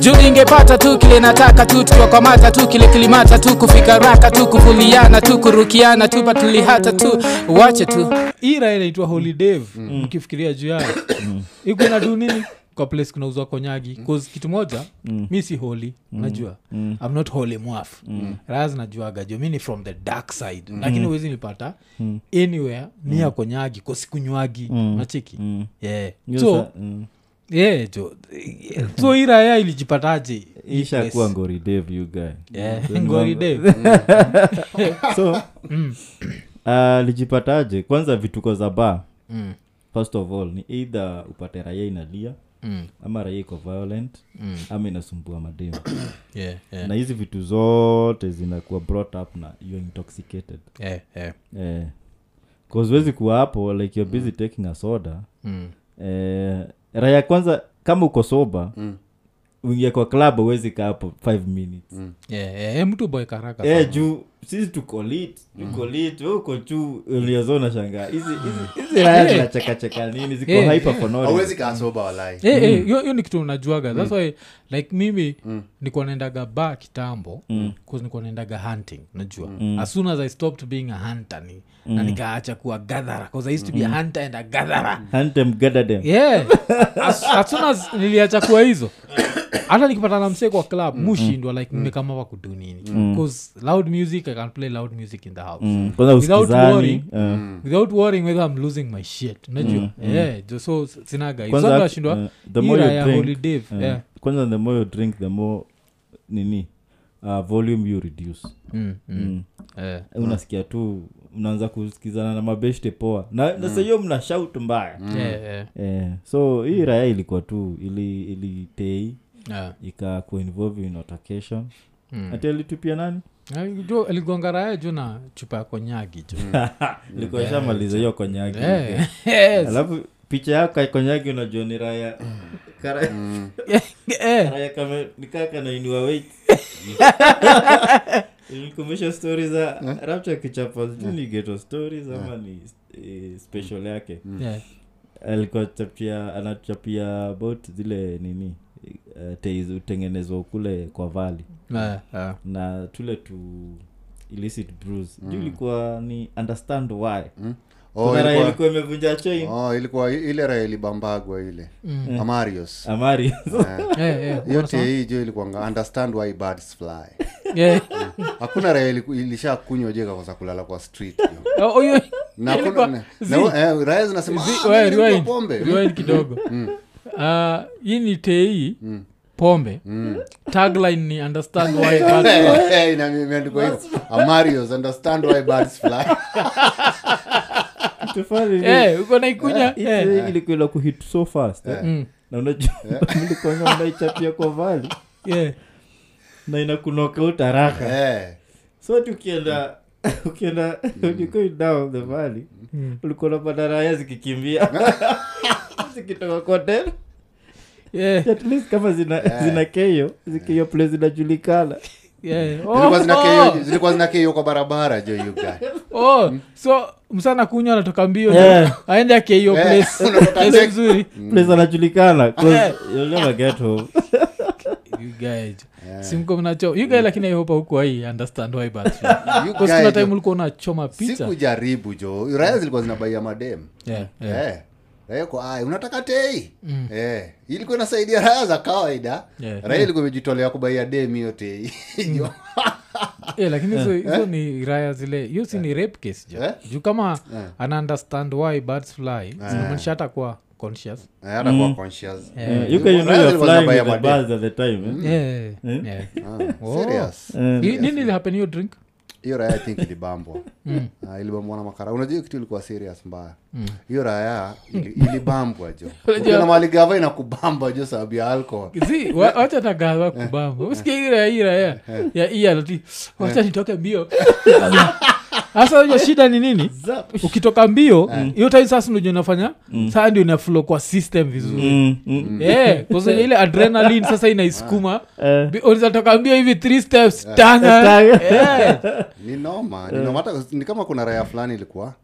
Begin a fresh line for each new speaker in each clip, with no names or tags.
juu ningepata tu kile nataka tu tukiwakwamata tu kile kilimata tu kufika raka tu kuvuliana tu kurukiana tu patulihata tu wache tu
hii raha inaitwa holiday mm. mkifikiria juu yayo iko na do nini kwa place kunauzwa konyagi cause kitu moja mm. mi si holi mm. najua mm. I'm not holy mwaf mm. raha zinajuaga jo mi ni from the dark side mm. lakini uwezi nipata mm. anywhere ni ya konyagi kosikunywagi mm. nachiki mm. yeah. so
mm,
yeah, jo so hii raya ilijipataje hii place?
ishakuwa ngori dave you guy
Yeah,
Then
ngori
mambo-
Dave.
so
Mm.
alijipataje kwanza vituko za ba
Mm.
first of all ni either upate raia inalia
Mm.
ama raia iko violent mm. ama inasumbua mademu
Yeah, yeah,
na hizi vitu zote zinakuwa brought up na you are intoxicated
yeah, yeah.
eh. kazuwezi kuwa hapo like you're busy taking a soda
Mm.
eh, raya kwanza kama uko soba mm. uingia kwa club uwezi kaa hapo 5 minutes mm.
Yeah, yeah, eh, mtu boy karaka
eh,
sana.
juu sisi tuko lit
Mm.
tuko lit wewe uko juu uliozona shangaa hizi hizi- hizi raya zinachekacheka nini ziko
Eh.
hyper for no reason.
awezi kaasoba walai
Eh, eh,
Mm.
hiyo hiyo ni kitu unajuaga thats why like mimi nilikuwa naendaga ba kitambo mm. nilikuwa naendaga hunting najua
Mm.
as soon as i stopped being a hunter ni, na nikaacha kuwa gathara bcause i used to be
Mm.
a hunter and a gathara
Hunt them, gather them.
yeah as, as soon as niliacha kuwa hizo hata nikipata na msee kwa club
Mm.
mushindwa like mmekama kudu nini bcause loud music i can play loud music in the house
Mm, kwanza
Without
usikizani
worry. Mm.
eh.
without worrying whether i'm losing my shit unajua yeah jo- so sinaga
Mm. Kwanza-
hizo ashindwa
eh, the more you
ya
drink,
holiday
eh,
yeah
kwanza the more you drink the more nini uh, volume you reduce
Mm, mm. Eh.
unasikia tu unaanza kusikizana na mabeshte poa na na saa hiyo mna shout mbaya
Yeah, yeah,
eh, so hii raya ilikuwa tu ili ilitei
yeah.
ika kuinvolve in altercation ati alitupia nani
Eh, jo- aligongana naye juu na chupa ya konyagi jo
Mm. ilikuwa ishamaliza hiyo konyagi
Eh, yes.
alafu picha yako ya konyagi unajua ni raya kara-
Eh,
raya kame- ni kaa kanainua weight ilikumbusha stori za rapcha kichapa sijui ni geto stories ama ni eh, special yake
yeah.
alikuwa chapia anachapia about zile nini eh, tei utengenezwa kule kwa vali
Eh, eh.
na tule tu illicit brews juu ilikuwa ni understand why
Mm. Oh,
Kuna raha
ilikuwa-
ilikuwa imevunja chain
oh, ilikuwa i- ile raha ilibambagwa ile
Mm.
amarios
amari
Eh, eh,
yote hii jo ilikuanga understand why birds fly
yeah.
hakuna raha ilisha kunywa jeka kwa kulala kwa street jo
Oh, oh, yo-
Na hakuna-
Ilikuwa-
na-
zi-
na- eh, raia zinasema
zi-
"Ah,
we,
mimi nilikunywa
rewind,
pombe
rewind kidogo Ah, hii ni tei pombe tagline ni understand why bad
Eh, eh, ina- imeandikwa hivyo amarios understand why birds fly
tofali
Eh, uko naikunya Eh,
ilikuwa ila kuhit so fast eh?
Mm.
na unajua
Eh.
ilikuwa unaichapia kwa vali
yeah.
na inakunoka utaraka
Eh,
so ati ukienda ukienda
Mm.
ukigo down the valley
Mm.
ulikuwa unapata raya zikikimbia zikitoka kwa tena
Yeah,
at least kama zina
Eh.
zina keyo zikeyo play zinajulikana
yeah. Oh,
zilikuwa zina
oh,
KO zilikuwa zina KO kwa barabara jo you guy.
oh. so msana kunywa anatoka mbio
Yeah.
aende akeio
Eh,
place
unatoka
place
Texas.
mzuri
play zinajulikana 'cause you'll never get home
You guys. simko mnacho You guys lakini aihopa huku ai understand why but
You
Because
guy,
kila
jo.
time ulikuwa unachoma picha
sikujaribu jo raya zilikuwa zinabaia madem
yeah, yeah. Mm.
Eh, raia kwa ai unataka tei Eh, ilikuwa inasaidia raya za kawaida
Yeah. Mm.
raya ilikuwa imejitolea kubaia dem hiyo tei Jo.
Eh, lakini hizo hizo ni raya zile hiyo si ni rape case jo
Eh?
juu kama ana understand why birds fly zinamaanisha hata kwa conscious
Eh, hata kuwa conscious Mm.
Eh, you can you know
Raya
you're
zilikuwa
flying
zinabaia
with the
madem.
birds at the time eh?
yeah. Yeah. Oh.
Mm. Ah, Serious.
Eh,
Ni- nini ilihapen hiyo drink
hiyo raya I think ilibambwa
Mm.
Ah, ilibambwa na makara unajua hiyo kitu ilikuwa serious mbaya hiyo raya ili- ilibambwa jo na mali gava inakubamba jo sababu ya alcohol
Zi, wa- wacha tagawa kubamba usikia ira ya ira ya ya iya lati wacha nitoke mbio hasa hiyo shida ni nini ukitoka mbio hiyo time sasa ndio unafanya saa ndio inaflow kwa system vizuri
Mm, mm.
Eh, kwa sababu ile adrenaline sasa inaisukuma
Eh.
Bi- unaweza toka mbio hivi three steps tanga
Tanga.
Eh,
ni noma ni noma hata ni
Mm.
kama kuna raya fulani ilikuwa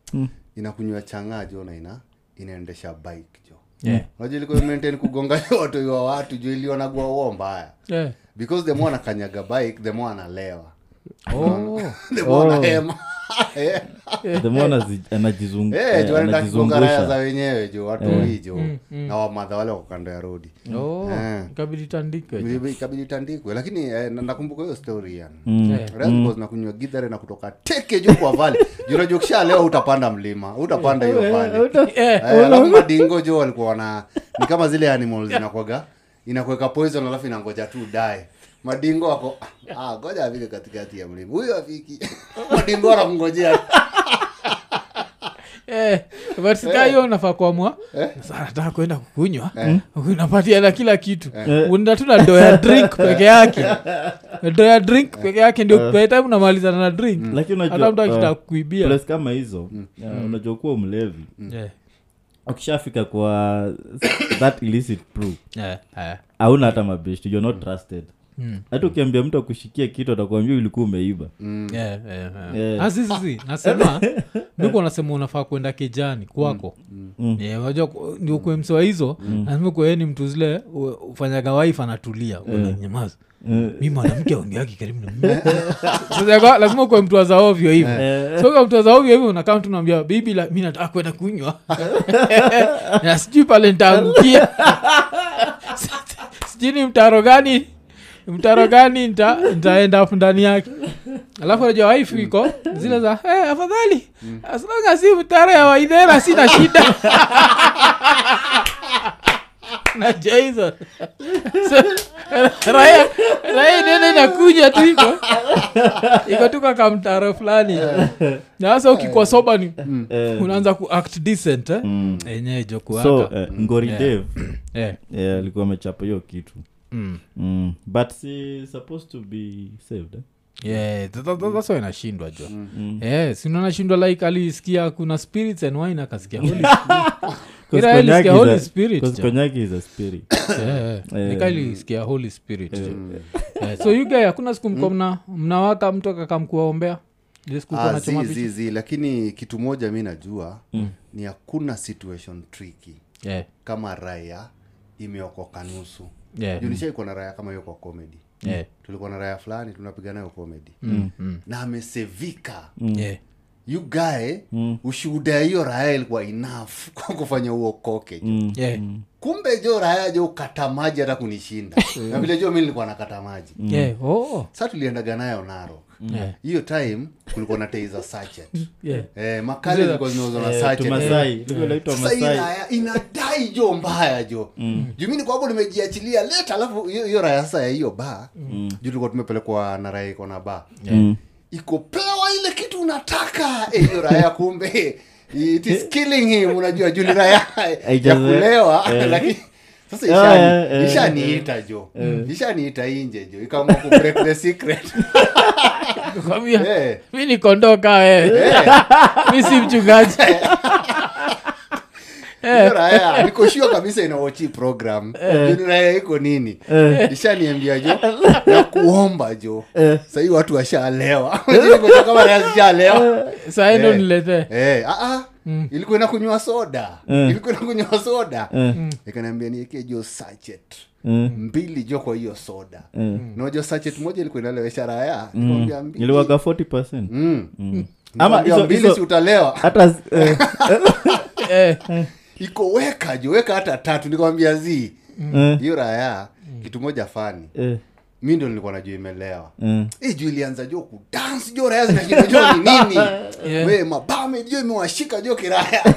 inakunywa chang'aa jo na ina inaendesha bike jo
Yeah.
unajua ilikuwa maintain kugonga yote wa watu juu ilionagua uo mbaya
Yeah.
because the more anakanyaga bike the more analewa
Oh.
the more
Oh.
anahema Eh. Eh, juu anaenda kugonga raya za wenyewe juu watulii juu na wamadha wale wako kando ya rodi
Oh. Eh.
Eh.
Ikabidi itandikwe.
Ibi- ikabidi itandikwe lakini eh, na- nakumbuka hiyo story yani
Yeah.
nakunywa githare na kutoka teke juu kwa vale junajua leo utapanda mlima utapanda hiyo vale
Eh.
Eh, alafu madingo jo walikuwa wana ni kama zile animals inakwaga inakuweka poison alafu inangoja tu dae madingo wako ah, ngoja afike katikati ya mlima huyo afiki madingo Ah, anamngojea
Eh, but sika hiyo nafaa kuamua sasa nataka kwenda kukunywa unapatia na kila kitu unda tu na doya drink peke yake doya drink peke yake ndio by the time unamalizana na
Mm.
drink hata mtu
eh,
akitaka kuibia
uh, place kama hizo uh, unajua kuwa mlevi
Eh,
ukishafika kwa that illicit proof
eh, eh.
hauna hata mabest you're not trusted
Mm.
hata ukiambia mtu akushikia kitu atakuambia ulikuwa umeiba
Eh, eh, eh.
Eh.
Ah, si, si, si. nasema ndiko nasema unafaa kwenda kijani kwako Eh, unajua ku- ndio kue msewa hizo nasema kuwe ni mtu zile u- ufanyaga wife anatulia unanyamaza
Eh.
mi mwanamke aongeaki karibu na mimi. Sasa kwa- lazima kuwe mtu azaovyo hivyo so kwa mtu azaovyo hivyo unakaa mtu naambia bibi la- mi nataka kwenda kunywa na sijui pale nitaangukia sijui ni mtaro gani mtaro gani nita- nitaenda hapo ndani yake alafu najua waifu iko zile za hey, afadhali as long as hii mtaro ya waidhera sina shida najua hizo so, raya raya nene inakuja tu iko iko tu kwa kamtaro fulani na sasa ukikuwa soba ni
Eh,
unaanza kuact decent eh?
mm.
enyewe jokuaka
so eh, ngori
Yeah.
dave
eh.
eh, alikuwa amechapa hiyo kitu
mm.
mm. but si supposed to be saved eh?
yeah, tha- tha- tha- that's why inashindwa jo
Mm-hmm.
Eh, si unaona shindwa like alisikia kuna spirits and wine akasikia holy Ila yeye alisikia
Konyaki is
Holy
a-
Spirit,
'cause
jo.
Konyaki is a spirit
Eh, eh.
Eh.
Nika alisikia holy spirit jo. Eh, so you guy hakuna siku mko mna mnawaka mtu akakamkuwaombea
Ah, zi, zi, zi, lakini kitu moja mi najua
Mm.
ni hakuna situation tricky kama raya imeokoka nusu
Eh.
Juu nishaikuwa na raya kama hiyo kwa comedy tulikuwa na raya fulani tunapiga nayo comedy
Mm.
na amesevika
Mm.
you guy
Mm.
ushuhuda ya hiyo raya ilikuwa enough kwa kufanya uokoke jo
Mm.
Mm.
kumbe jo raya jo kata maji hata kunishinda
Mm.
na vile jo mi nilikuwa nakata maji
Mm. Oh,
sa tuliendaga nayo naro
Mm.
hiyo time kulikuwa na tei za sachet eh, makali zilikuwa zinauzwa na
Eh,
sachet
tumasai Ilikuwa inaitwa
Sasa hii
masai Mm.
raya inadai jo mbaya jo juu mi nikuwapo nimejiachilia leta alafu hiyo hiyo raya sasa ya hiyo baa
Mm.
juu tulikuwa tumepelekwa na raya iko na baa iko pewa ile kitu unataka Eh, hiyo raya kumbe it is killing him unajua juu ni raya ya
Haijazoea. Eh.
kulewa lakini sasa
Ah,
ishani-
eh, eh,
ishaniita jo ishaniita inje jo ikaamua ku break the secret Eh.
mi nikondoka wewe
Eh.
mi si mchungaji
Eh.
Hiyo raya nikoshua kabisa inawochi program Juu raya iko nini
Eh.
ishaniambia jo na kuomba jo sahii watu washaalewa Nilikuwa kama raya zishalewa
sahi ndo
Eh.
niletee
Eh, ah, ah. ilikuwa inakunywa soda ilikuwa inakunywa soda
Eh. Mm.
ikaniambia nieke jo sachet
Mm.
mbili jo kwa hiyo soda najo sachet moja ilikuwa inalewesha raya nikamwambia
Mm.
mbili.
iliwaga 40
Mm.
Mm. ama
Nikamwambia
hizo-
mbili si
hizo-
utalewa
hata z-
Eh,
eh,
iko weka jo weka hata tatu nikamwambia zii
eh,
hiyo raya
Mm.
kitu moja fani
eh,
mi ndo nilikuwa najua imelewa
eh.
hii juu ilianza jo kudance jo raya zinashinda jo ni nini we mabame jo imewashika jo kiraya
Eh,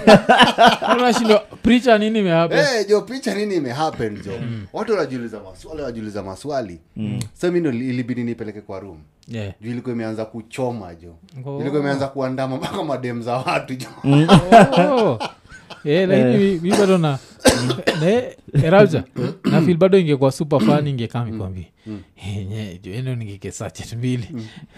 unashindwa pricha nini meapa
Eh, jo picha nini imehappen jo watu wanajiuliza maswali wanajiuliza maswali sa mi ndo li- ilibidi nipeleke kwa room juu ilikuwa imeanza kuchoma jo
Oh.
ilikuwa imeanza kuandama mpaka madem za watu jo
Oh. Eh, lakini mi- mi bado na ne- erauja nafil bado ingekuwa super fan ingekami kwambi Eh, endo ningekesachet mbili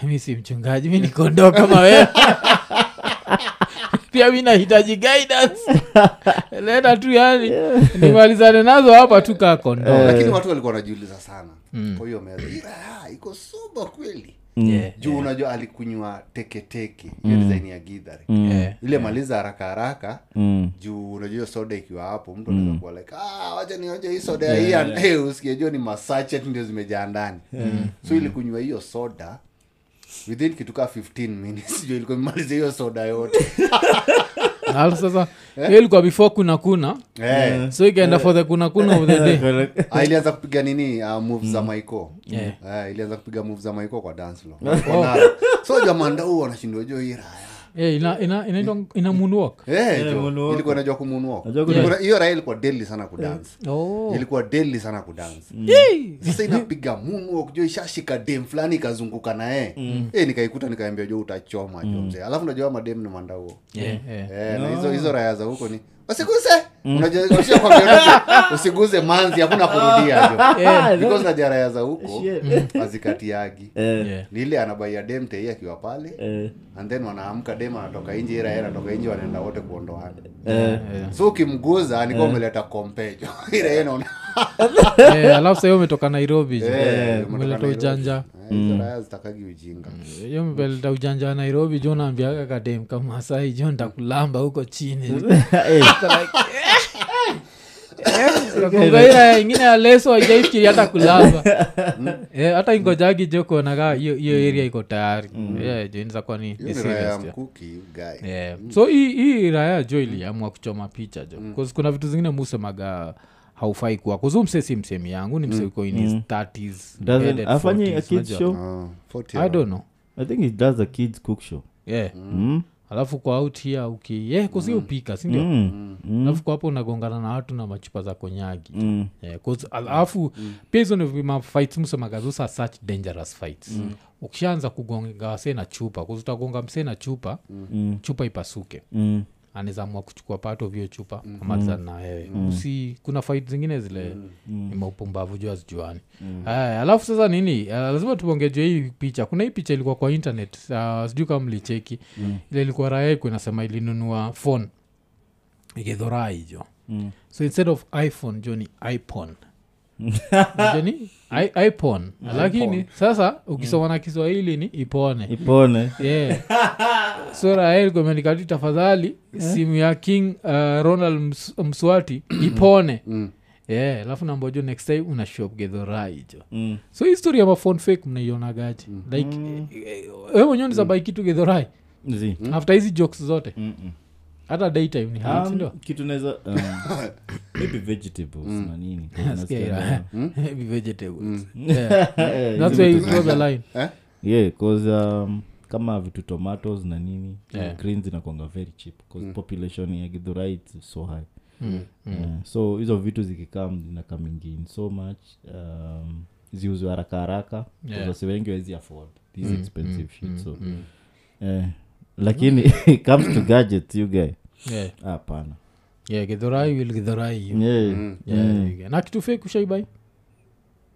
mi si mchungaji mi nikondoa kama wewe pia mi nahitaji guidance leta tu yani nimalizane nazo hapa tu kaa kondo
lakini watu walikuwa wanajiuliza sana kwa hiyo meza "Ah, iko suba kweli
Mm.
juu unajua alikunywa teketeke hiyo design ya gidhari
Eh.
ile maliza haraka haraka juu unajua hiyo soda ikiwa hapo mtu anaweza kuwa like ah, wacha nioje hii soda hii and- eh, usikie jua ni masachet ndio zimejaa ndani so ilikunywa hiyo soda within kitukaa 15 minutes juu ilikuwa imemaliza hiyo soda yote Eh,
Na sasa hiyo ilikuwa before kuna kuna
Eh.
so ikaenda for the kuna kuna of
Eh.
the day
Ah, ilianza kupiga nini uh, move za maiko Ah, ilianza kupiga move za maiko kwa dance floor. Kwa so jamandau wanashindwa jo hii raya
Eh, ina ina inaitwa ina moonwalk
Eh, jo,
moonwalk.
ilikuwa najua kumunuo
Najua kudance.
hiyo raya ilikuwa deli sana kudance
oh. Mm.
ilikuwa deli sana kudance
Yee!
sasa inapiga moonwalk jo ishashika dem fulani ikazunguka naye mm. e, nikaikuta nikaambia jo utachoma jo mzee alafu najua madem ni mandauo
Mm. Yeah, yeah.
Eh, na hizo hizo raya za huko ni usiguse
Mm.
Unajua- ushakwambia, unajua, usiguse manzi hakuna kurudia jo because na jaraya za huko azikatiagi
Yeah.
ni ile anabaia dem tei akiwa pale and then wanaamka dem anatoka nje ira hera anatoka nje wanaenda wote kuondoana so ukimguza nikuwa umeleta kompejo ira yeye naona
Eh, alafu sahiyo umetoka nairobi jo.
Eh,
umeleta ujanja
Eh, hizo raya zitakagi ujinga
hiyo umeleta ujanja wa nairobi jo naambiaga kadem kamasai jo ntakulamba huko chini Nakumbuka ile ya ingine ya leso ajaifikiri hata kulamba Eh, hata ingojagi jo kuonaga hiyo hiyo area iko tayari
Mm.
Eh, jo inaweza kuwa ni- ni
hiyo ni raya ya
serious jo.
mkuki guy
Yeah. so hii hii raya jo iliamua kuchoma picha jo
Mm.
'Cause kuna vitu zingine musemaga haufai kuwa kuzu mse si msemi yangu ni mse uko in his 30s,
Mm. Doesn't-
headed
afanyi a
40s,
kids
unajua.
show
Ah, 40
i don't know Eh.
i think it does a kids cook show
yeah
mm.
alafu kwa out here uki yeah, kusi upika sindio
Mm.
alafu kwa hapo unagongana na watu na machupa za konyagi
Mm.
Yeah, 'cause alafu pia hizo nimafights msemagazusa such dangerous fights
Mm.
ukishaanza kugonga wasee na chupa 'cause utagonga msee na chupa chupa ipasuke
Mm.
anaezaamua kuchukua pato of hiyo chupa mm amalizana na wewe usi kuna fight zingine zile mm maupumbavu juu azijuani haya alafu sasa nini uh, lazima tuongejwe hii picha kuna hii picha ilikuwa kwa internet uh, sijui kama mlicheki ile ilikuwa raeko inasema ilinunua phone ikedhoraa hijo
Mm.
so instead of iphone jo ni ipon Unajua ni I- ipon lakini sasa ukisoma na kiswahili ni ipone
ipone
yeah. sura yaelgomenikati tafadhali simu ya king uh, ronald Ms- mswati ipone
Mm.
yeah, alafu nambojo next time una shopgedhoraijo
Mm.
so hii story ya mafon fake mnaionagaje like we mwenyewe nizabaikittu gedhorai
Zi.
after hizi jokes zote
Mm-mm.
hata daytime ni
Um,
hati ndo
kitu naweza um, maybe vegetables na nini Nasikia raha. Eh,
Eh?
yeah, 'cause, um, kama vitu tomatoes na nini
Yeah.
green zinakwanga very cheap 'cause population ya githurai is so high
Mm,
Yeah, so hizo vitu zikikam zinakamingin so much um, ziuzwe haraka haraka 'cause
Yeah.
wasi wengi wezi afford these expensive shit so eh, lakini it comes to gadgets you guy hapana
gedhorai wil gedhorai you.
yeah.
Yeah, you get- na kitu fake ushaibai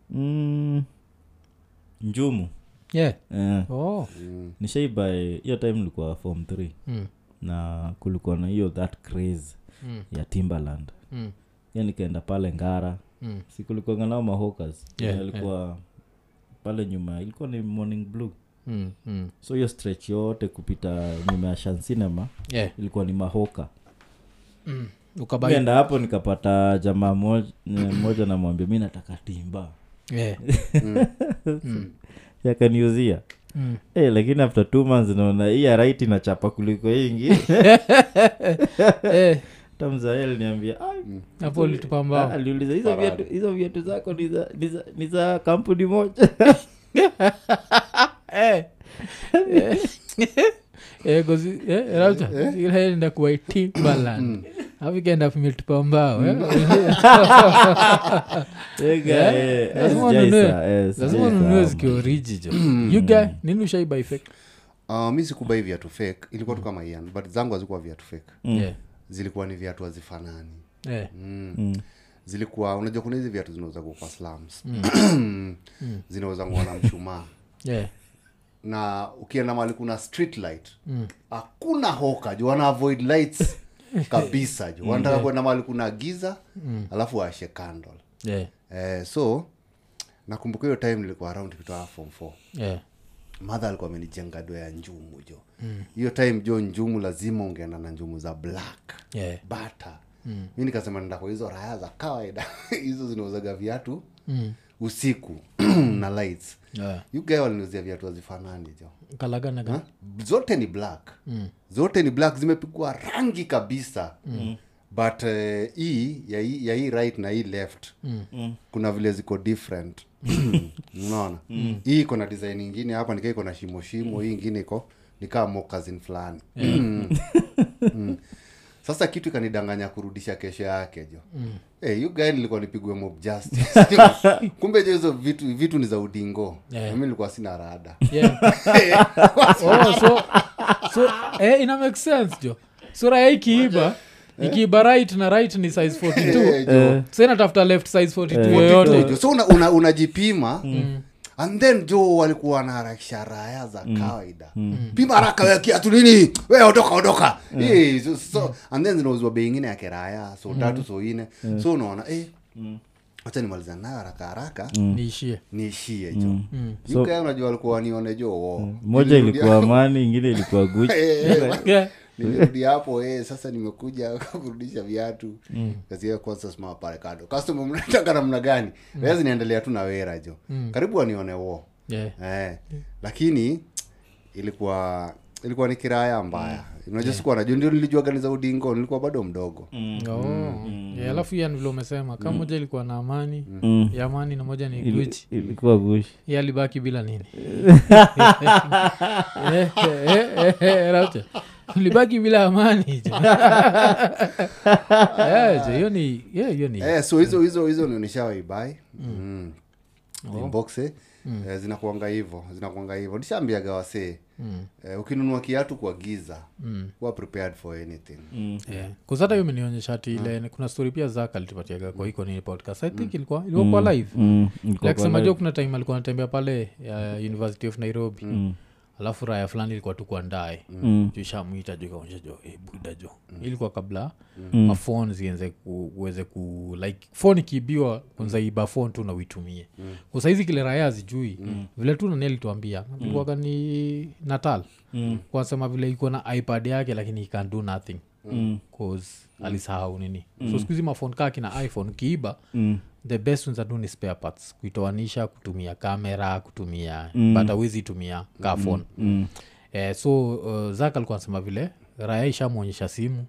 mm. njumu
yeah.
eh,
oh.
nishaibai hiyo time nilikuwa form 3
Mm.
na kulikuwa na hiyo that craze
Mm.
ya timberland
Mm.
hiyo nikaenda pale ngara
Mm.
sikulikuanga nao mahokas
Yeah,
Yaani alikuwa pale nyuma ilikuwa ni morning blue
Mm. Mm.
so hiyo stretch yote kupita nyuma ya shan cinema
yeah.
ilikuwa ni mahoka
Mm. ukabai
nikaenda hapo nikapata jamaa moj- mmoja namwambia mi nataka timba
yeah. Hmm.
Hmm. yakaniuzia
Mm.
Eh, lakini after two months naona hii ya right inachapa kuliko hii ingine
Eh, Hmm.
tamzae aliniambia "Ai,
hapo
ah,
litupambao
aliuliza hizo
Paradi.
viatu- hizo viatu zako ni za- ni za- ni za kampuni moja
Eh,
Eh?
enda kuwaitibalan
Mm.
avikenda vimetupambao
Eh, guy,
Yeah.
eh, eh,
Lazima
sijai
ununue.
sa- eh,
lazima
sijai
ununue
sahau.
zikiorijijo
Mm.
yuga nini ushaibai fake
Ah, mi sikubai viatu fake ilikuwa tu kama ian but zangu hazikuwa viatu fake
Yeah.
zilikuwa ni viatu hazifanani
Eh,
mm. zilikuwa unajua kuna hizi
Mm.
viatu zinauzagua kwa slums zinauza nguo na mshumaa
yeah.
na ukienda mali kuna street light hakuna mm. hoka juu wana avoid lights kabisa juu wanataka kwenda mali kuna giza mm. alafu waashe candle
yeah,
eh, so nakumbuka hiyo time nilikuwa around kitu form four
yeah.
madha alikuwa amenijenga do ya njumu jo hiyo mm. time jo njumu lazima ungeenda na njumu za black
Yeah.
bata mm. mi nikasema nenda kwa hizo raya za kawaida hizo zinauzaga viatu mm. usiku na lights
Yeah.
You guy waliniuzia viatu hazifanani jo
kalaganaga
Ha? zote ni black mm. zote ni black zimepigwa rangi kabisa mm. but eh, hii uh, ya, hii- ya hii right na hii left mm. kuna vile ziko different unaona hii iko na design ingine hapa nikaa iko na shimo shimo hii ingine iko nikaa mokazin fulani Mm. sasa kitu ikanidanganya kurudisha kesho yake jo mm. hey, guy nilikuwa nipigwe mob justice kumbe jo hizo vitu vitu ni za udingo
Yeah.
mi nilikuwa sina rada
yeah. oh, so, so eh, ina make sense jo sura ya ikiiba ikiiba right na right ni size 42
Eh, jo.
sa inatafuta left size 42
Kitu
yoyote
hicho. so unajipima una unajipima, mm. and then jo walikuwa wanaharakisha raya za
Mm.
kawaida pima haraka we kiatu nini we odoka odoka Eh, so- so- and then zinauzwa bei ingine ya kiraya so tatu so ine so unaona eh,
Mm.
wacha nimalizana nayo haraka haraka
niishie
niishie jo
Mm.
Hmm.
So-
yukae unajua walikuwa wanione jo wo
Hmm. moja
oh. Nilirudia-
ilikuwa amani ingine ilikuwa guchi
Eh,
yeah.
nilirudi hapo eh, sasa nimekuja kurudisha viatu kazi kwanza sma parekado customer mnataka namna gani mm. zinaendelea tu na wera jo karibu wanione wo
Yeah.
eh, lakini ilikuwa ilikuwa ni kiraya mbaya unajua sikuwa najua ndio nilijua gani za udingo nilikuwa bado mdogo
Mm.
Oh. Yeah, alafu hiyan vile umesema kama moja ilikuwa na amani ya amani na moja ni
Mm. Hmm. Ili-
guchi
ilikuwa gushi
Yeye alibaki bila nini Eh, eh, eh, eh, Rapture. ulibaki bila amani jo. Eh, jo, hiyo ni yeah, hiyo ni
eh, so hizo hizo hizo ndio nishawaibai mm. mm. boxe mm. eh, zinakuanga hivo zinakuanga hivo nishaambiaga wasee mm. eh, ukinunua kiatu kwa giza mm. prepared for anything mm.
Yeah. 'Cause hata hiyo imenionyesha ati ile
Mm.
kuna story pia zaka alitupatiaga kwa iko nini podcast i think ilikuwa ilikuwa kwa live
Mm, ilikuwa
Like,
kwa
sema
live.
jo kuna time alikuwa anatembea pale ya university of nairobi
Mm.
alafu raya fulani ilikuwa tu kwa ndae mm. juishamwita ju kaonyesha jo "Eh, Mm. buda jo ilikuwa kabla mafon zienze ku- uweze ku like fon ikiibiwa kwanza iba fon tu na uitumie mm. kwa saizi kile raya azijui vile tu nani alituambia ilikuwaga ni natal mm. kwasema vile ikuwa na ipad yake lakini ikan do nothing mm. cause alisahau nini so skuhizi mafon kaa kina iphone kiiba mm the best ones adu ni spare parts kuitoanisha kutumia kamera kutumia mm. but awezi tumia ka phone mm. eh, so uh, zak alikuwa anasema vile raya ishamwonyesha simu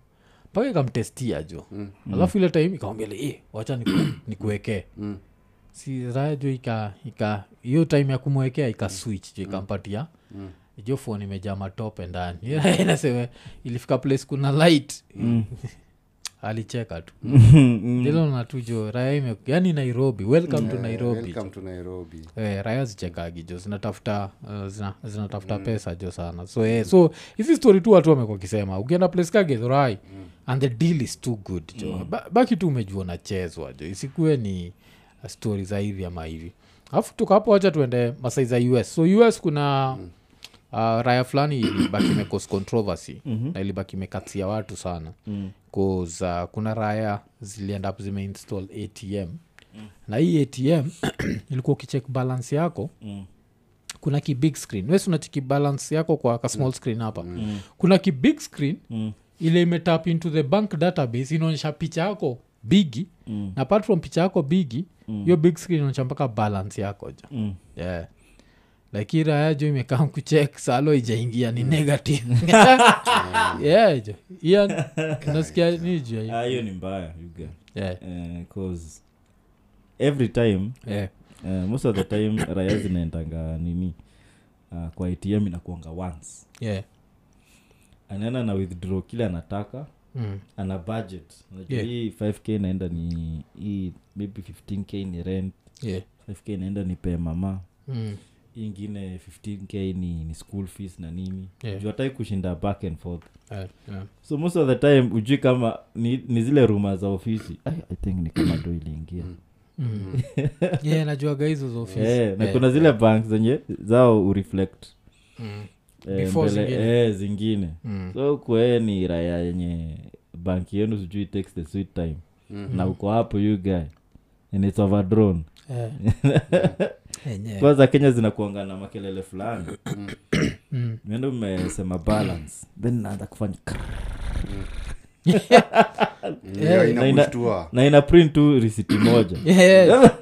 mpaka ikamtestia jo mm. alafu ile time ikamwambia le eh, wacha niku- nikuwekee mm. si raya jo ika ika hiyo time ya kumwekea ika switch jo ikampatia mm jo phone imejaa matope ndani inasema ilifika place kuna light mm. alicheka tu
Mm. Hmm.
ndilo natujo raya ime yani nairobi welcome to nairobi
welcome to nairobi
Eh, raya zichekagi jo zinatafuta uh, zina, zinatafuta pesa jo sana so eh, so hizi story tu watu wamekuwa kisema ukienda place kagethurai and the deal is too good jo ba, baki tu umejua unachezwa jo isikuwe ni uh, story za hivi ama hivi alafu toka hapo wacha tuende masai za us so us kuna uh, raya fulani ilibaki imecause controversy na ilibaki imekatia watu sana mm. cause uh, kuna raya zilienda hapo zimeinstall atm na hii atm ilikuwa ukicheck balance yako mm. kuna ki big screen wesi unacheki balance yako kwa ka small screen hapa mm. kuna ki big screen mm. ile imetap into the bank database inaonyesha picha yako bigi mm. na apart from picha yako bigi hiyo big screen inaonyesha mpaka balance yako jo mm. yeah lakini raya jo imekaa kuchek salo ijaingia ni negative yeah jo Ian, unasikia nini juu ya hiyo?
Ah, hiyo ni mbaya you guy.
Yeah,
Eh, 'cause every time
yeah,
eh, most of the time raya zinaendanga nini ah, kwa atm inakuanga once
yeah.
anaenda na withdraw kile anataka
Mm.
ana budget Unajua
Yeah.
hii 5k naenda ni hii maybe 15k ni rent
yeah.
5k naenda ni pee mama
Mm.
hii ingine 15k ni, ni school fees na nini
Yeah.
juu hatai kushinda back and forth
Yeah, yeah.
so most of the time ujui kama ni, ni zile ruma za ofisi i, I think ni kama do iliingia
Mm. yeah, najuaga hizo za ofisi
Eh, na
Eh,
kuna zile bank zenye zao ureflect eh,
Before
mbele-
zingine.
eh, zingine so kwee ni raya yenye banki yenu sijui takes the sweet time na uko hapo you guy and it's overdrawn
Eh. Enyewe.
kwanza kenya zinakuanga na makelele fulani mendo mmesema balance then naanza kufanya krrr.
Yeah,
Eh, Na ina-
inakushtua
na ina print tu risiti moja
Yeah.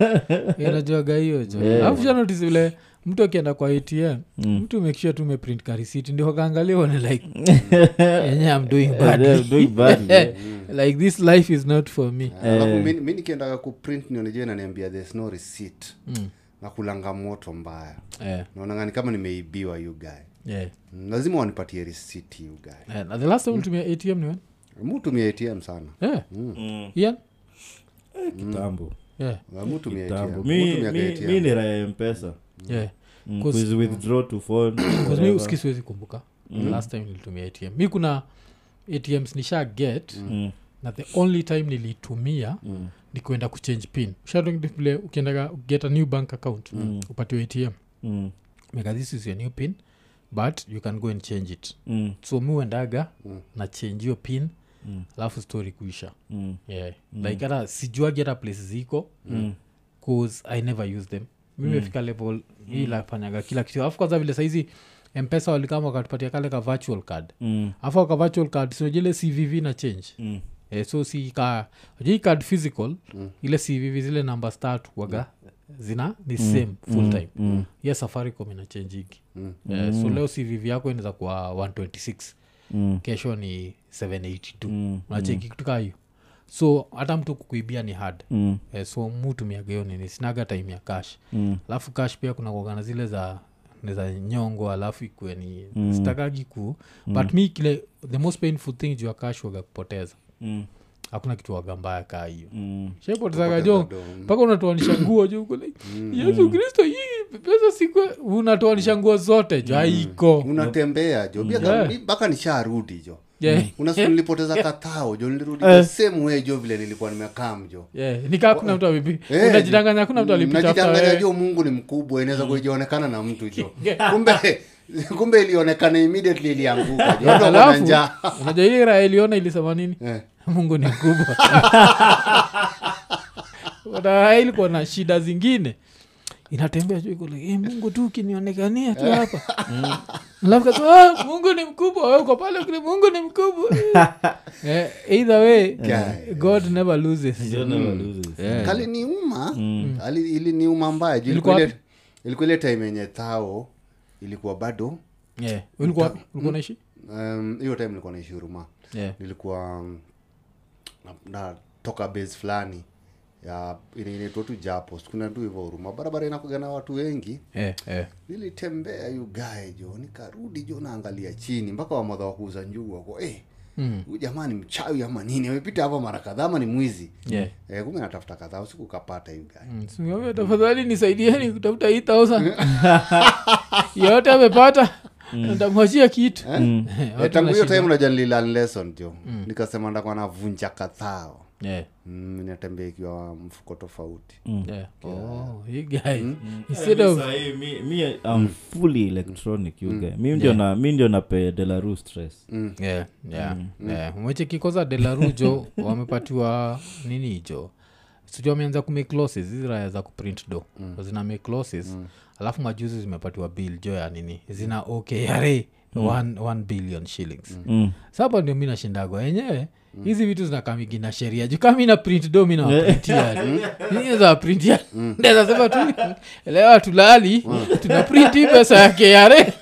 inajuaga hiyo jo
Yeah.
alafu shanotisi vile mtu akienda kwa atm
Mm.
mtu mekishua tu meprint karisiti ndio akaangalia one like yenye am doing badly.
They're doing badly.
like this life is not for me
Eh.
alafu mi mi nikiendaga kuprint nionijua inaniambia there's no receipt
Mm.
na kulanga moto mbaya
Eh,
naonanga ni kama nimeibiwa you guy
yeah.
Mm, lazima wanipatie receipt you guy
Eh, na the last time ulitumia atm ni when?
mutumia atm sana
Yeah.
Mm.
Ian?
Kitambo.
Yeah,
mutumia
Kitambo.
atm
Mi-
Mutumia
mi-
ATM.
mi ni raya mpesa
yeah.
Mm,
Cause-
kuzi- withdraw to phone,
Because mi
whatever. Mm.
uski siwezi kumbuka the last time nilitumia atm mi kuna atms nisha get
Mm.
na the only time nilitumia mm. ni kuenda kuchange pin shadvile ukiendaga get a new bank account mm. upatiwa atm
Mm,
meka this is your new pin but you can go and change it
mm,
so mi uendaga mm. na change hiyo pin alafu story kuisha
mm,
yeah. mm. like hata sijuagi hata place ziko
mm.
cause i never use them mimefika mm. level hii lafanyaga kila kitu alafu kwanza vile saizi mpesa walikama wakatupatia kale ka virtual card
Mm,
afu aka virtual card sinajile cvv na change
mm.
eh, so si ka hii card physical ile cvv zile namba tatu waga zina ni same full time mm. ya safaricom inachenjiki mm. eh, so leo cvv yako inaweza kuwa 126
Mm.
kesho ni 782 mm. unacheki kitu kaa hiyo so hata mtu kukuibia ni hard
Mm.
eh, so mutumiagayo nini sinaga time ya cash alafu cash pia kuna kuagana zile za ni za nyongo alafu ikue ni mm. stakagi kuu mm. but mi kile the most painful thing juu ya cash waga kupoteza
Mm.
hakuna kitu waga mbaya kaa hiyo
Mm.
shapotezaga jo
Mm.
mpaka unatoanisha nguo jo huko like, yesu kristo hii pesa siku unatoanisha nguo zote jo haiko
unatembea jo
Mm.
Pia
Yeah.
kama- mpaka nisharudi jo
Yeah.
unasu nilipoteza kathao jo nilirudi
Eh.
the same way jo vile nilikuwa nimekam jo
Yeah, nikaa kuna mtu alipi
Eh,
unajidanganya kuna mtu alipita eh. Mm. after
najidanganya
wewe.
jo mungu ni mkubwa inaweza kuijaonekana na mtu jo kumbe kumbe ilionekana immediately ilianguka jo Watu wako na
Alafu,
njaa
unajua ile raha iliona ilisema nini
Eh.
mungu ni mkubwa Raha ilikuwa na shida zingine inatembea juu iko like, "Eh, mungu tu ukinionekania tu hapa
Mm.
alafu kasema "Ah, mungu ni mkubwa wewe uko pale ukili mungu ni mkubwa Eh, either way
Guy.
god never loses Eh,
Don't ever lose this.
kaliniuma Mm. ali- iliniuma mbaya ju
Mm. Ilikuwa
ilikuwa ile- ilikuwa ile time yenye thao ilikuwa bado
Yeah. ulikuwa
Mm.
ulikuwa naishi
um, hiyo time ilikuwa naishuruma
Yeah.
nilikuwa um, na- natoka base fulani ya ina- inaitwa tu japos kuna tu hivyo huruma barabara inakuga na watu wengi
Eh, eh.
nilitembea yugae jo nikarudi jo naangalia chini mpaka wamadha wakuuza njugu wako eh,
Hmm.
huyu jamaa ni mchawi ama nini amepita hapa mara kadhaa ama ni mwizi
Yeah. Hmm.
eh, kumbe natafuta kadhaa usiku kapata yugae
Simwambia, tafadhali nisaidieni kutafuta hii thousand yoyote amepata ntamwachia kitu Mm. Eh, watu
tangu hiyo
wanashindwa. Hmm.
time unajua nililan lesson jo nikasema ndakuwa navunja kadhao
Yeah, Mm.
mm, natembea ikiwa mfuko tofauti
yeah. Oh, you guys.
Mm.
Instead
Eh, mi
of-
sahi, mi- mi am fully electronic you guy. mi ndio na- mi ndio nape delaru stress
Mm.
Yeah, Mm. yeah, yeah. umecheki kwanza delarujo wamepatiwa nini hicho sijua wameanza kumake losses hizi raya za kuprint do
Mm.
zina make losses alafu majuzi zimepatiwa bill jo ya nini zina okra one, one billion shillings
Mm.
sapa ndio mi nashindagwa wenyewe hizi vitu zinakamigi na sheria juu kama ina print do mi yaani. nawaprintiaawaprintia ndeza sema tu elewa tulali tuna print hii pesa ya kra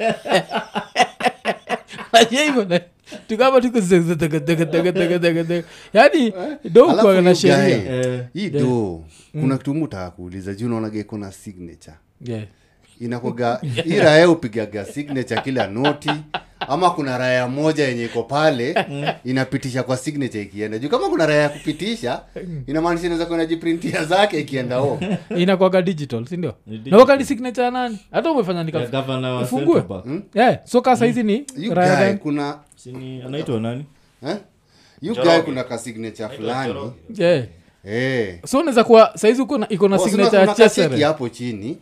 Unajua hivyo, like, tukama tuko zig- zig- zig- zig- zig- zig- zig- zig. yaani
Alafu
dokuwa na
you
sheria Hmm.
guy, hii do kuna kitu mutaka kuuliza juu unaonaga iko na signature
Yeah.
inakuga hii raya upigaga signature kila noti ama kuna raya moja yenye iko pale inapitisha kwa signature ikienda juu kama kuna raya ya kupitisha inamaanisha inaweza kuwa inajiprintia zake ikienda o
inakwaga digital sindio
digital.
nawakadi signature ya nani hata umefanya nika-
Yeah, governor wa
Ufungue.
Central Bank.
Yeah, so ka saizi ni
you
raya
guy
gani?
kuna
Sini- anaitwa nani
eh? you guy kuna ka signature fulani
Yeah.
eh
so unaweza kuwa saizi uko na- iko na
Oh, sema
signature ya
kuna kacheki
chesere
hapo chini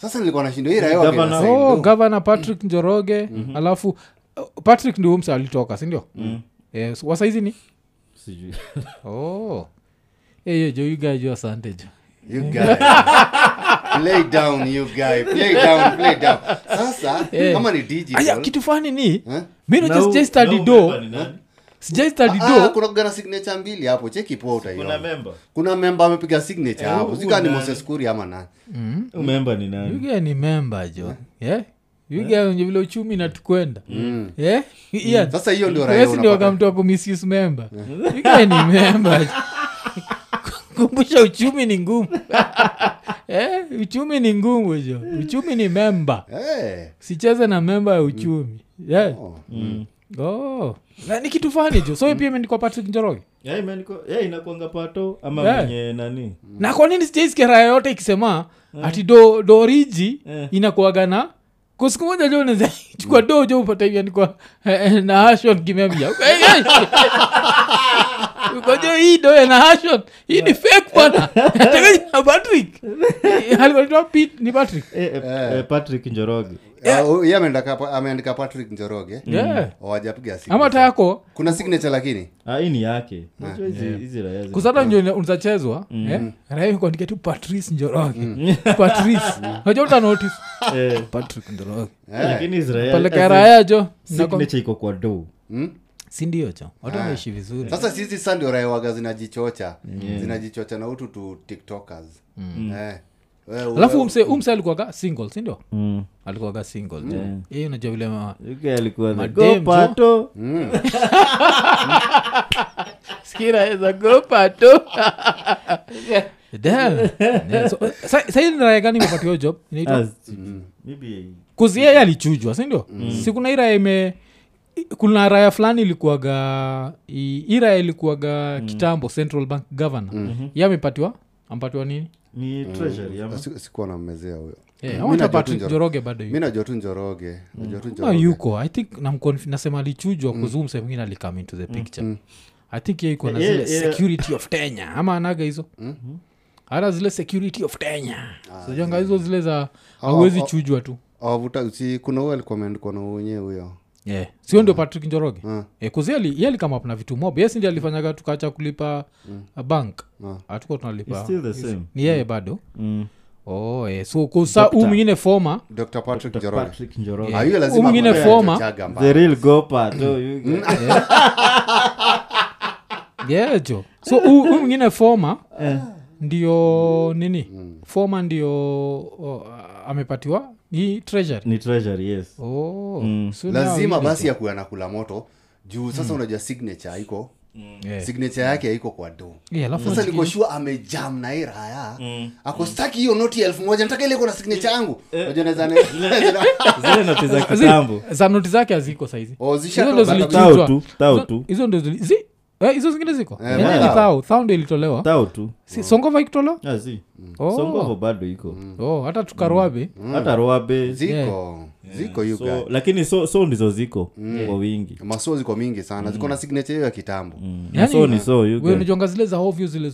sasa nilikuwa nashindwa hii raia wake
Gavana-
na sign.
oh, gavana patrick njoroge
Mm-hmm.
alafu uh, patrick ndi umse alitoka sindio
Mm.
yes, wasaizi ni
sijui
oh. eyo jo yugajo asante jo
You guy. Play down, you guy. Play down, play down. sasa kama ni
Eh. aya
digital
kitu fani ni
eh?
mimi
Na
najua
u-
sijai
na
study
u- member
do
ni nani?
sijai study
Ah, ah,
do
kuna kugana signature mbili hapo cheki poa
kuna
utaiona
memba
kuna memba amepiga signature hapo
huyu
sikaa ni
nani?
moses kuri ama nani
memba ni nani
yuga ni memba jo yeah? yuga yeah. vile uchumi natukwenda
Hmm.
Mm.
yeah? Ian,
sasa hiyo ndio raia
wesi ndio
unapata.
wakamtoa kumisus memba yuga ni memba jo. kumbusha uchumi ni ngumu eh? uchumi ni ngumu jo uchumi ni memba
Eh,
sicheze na memba ya uchumi yeah.
oh.
oh. Na ni kitu fani jo so pia imeandikwa patrick njoroge
Yeah, imeandikwa- yeah, inakuanga pato ama
Yeah.
mwenye nani
na kwa nini sijaisikia raya yote ikisema ati do, doriji
Eh.
inakuaga na kusiku moja jo naeza chukua do jo upata hivi andikwa eh, eh, na ashon kimemja ukojo hii do ya na ashon hii ni fake bana Changanya na patrick alikuwa anaitwa Pete, ni patrick
eh, eh, eh, patrick njoroge
Ah, huyu ameandika pa- ameandika patrick njoroge
Eh. Hmm. Yeah.
wajapiga
ama ta yako
kuna signature lakini
Ah, hii ni yake Unajua hizi- hizi raia zina-
kusata njo unzachezwa
Mm.
eh, raia kuandika tu patrice njoroge patrice najua utanotis
Eh,
patrick njoroge
Eh,
lakini hizi raia-
paleka
as in,
raya jo
signature Ah. iko kwa do
mm?
sindio cho watu wanaishi vizuri
sasa sisi sa ndio raia waga zinajichocha
Hmm.
zinajichocha na utu tu tiktokers Eh, wewe-
alafu
wewe-
umse umse alikuwaga single sindio
Mm.
alikuwaga single jo hii unajua vile ma-
Yuke alikuwa the Mm.
Madem,
go pato
Damn. Yeah, so, eh, sa- sahii ni raya gani imepatiwa job inaitwa
As- Ah, maybe
kuzieye alichujwa sindio sikuna iraya ime kuna raya fulani ilikuwaga i- hii raya ilikuwaga kitambo central bank governor Yeye amepatiwa ampatiwa nini
ni treasury ama
Siku- Ah, sikuwa nammezea huyo
Eh,
Mi
ama hata
najua tu
Patrick
Njoro-
joroge bado yuko.
mi najua tu njoroge najua tu
Ma
njoroge
yuko i think namconf- nasema alichujwa kuzumse mwingine alikame into the picture i think ye iko na
Yeah,
zile
yeah.
security of tenya ama anaga hizo ana zile security of tenya sijanga hizo Ah, zile za awezi
oh.
chujwa tu
awavuta si kuna huyo alikuwa ameandikwa na uwenyewe huyo
Yeah. sio ndio patrick njoroge
Mm.
Eh, kuzi ali- ye alikama na vitu mob yesi ndi alifanyaga tukacha kulipa uh, bank
Mm.
hatuko tunalipa
It's still the same
ni yeye bado
Mm.
oh, eh. so kusa huu mwingine forma
dr patrick
Dr.
njoroge
Patrick Njoroge.
Ah, huyo lazima
Huyu mwingine
amepewa
former.
Chaga mbaya.
the real go pato
Mm.
yuke.
yejo so huu huu mwingine forma
Eh.
ndio nini
Mm.
forma ndio oh, amepatiwa ni treasury
ni treasury yes
oh, so now
lazima
hii-
basi yakuya nakula moto juu sasa unajua signature haiko
Hmm. Yeah.
signature yake haiko kwa do
Yeah, alafu
sasa
unasikia-
niko shua amejam na hii raya
Hmm.
ako staki hiyo noti elfu moja nataka ile iko na signature yangu
Eh.
Unajua naweza- naweza-
zile noti za kitambo
Zi- za noti zake haziko saizi
Oh, zishatoka
Hizo ndo
kabisa.
zilichujwa.
Thao tu, thao
Hizo-
tu.
hizo ndo zili- zi- eh, hizo zingine ziko
Eh,
Yenyewe ni
thao.
thao thao ndo ilitolewa
tao tu
Si- songova ikitolewa
Ah, si
Oh.
songovo bado iko
oh, hata tukarwabe
hata roabe
ziko ziko you guy.
so, lakini so, so ndizo ziko
Mm.
kwa wingi
masuo ziko mingi sana ziko
Hmm.
na signature hiyo ya kitambo
Na so ni so you guys.
unajonga Yaani zile za ovyo zile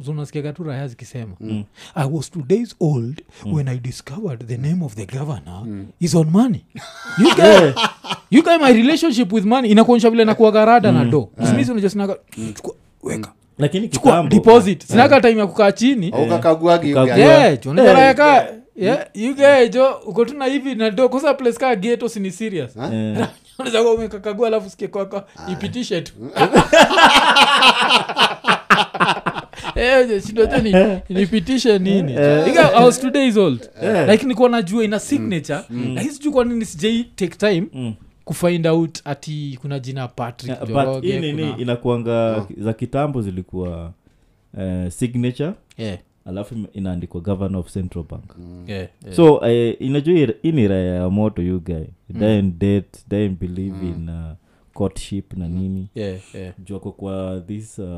zonasikiaga tu raya zikisema
Mm.
i was two days old when i discovered the name of the governor is on money you guy, you guy my relationship with money inakuonyesha vile nakuaga rada
Mm.
na do msimisi unajua sinaga chukua weka
lakini
chukua
kitambo eh.
deposit sinaga time ya kukaa chini
Au kakaguagi you guy.
Kukagua.
Yeah,
Yeah.
jo, unajua
Yeah. Mm.
raya ka- yeah, you guy, jo uko tu na hivi na do kosa place kaa geto sini serious
Eh,
Unaweza kuwa umekakagua alafu sikie kwako
Ah.
ipitishe tu
Mm.
Eh, je, shindo tu ni- nipitishe nini
Eh.
Ika, I was two days old lakini kuwa najua
Mm.
ina signature lakini sijui kwa nini sijai take time kufind out ati kuna jina patrick
Eh, but hii
Njoroge,
nini
kuna- Oh.
inakuanga za kitambo zilikuwa eh, signature
Yeah,
alafu ime- inaandikwa governor of central bank
yeah, yeah.
so eh, inajua hii- hii ni raya ya moto you guy
Mm.
dain date dain believe in uh, courtship
Mm.
na nini
Yeah, yeah,
juako kwa this uh,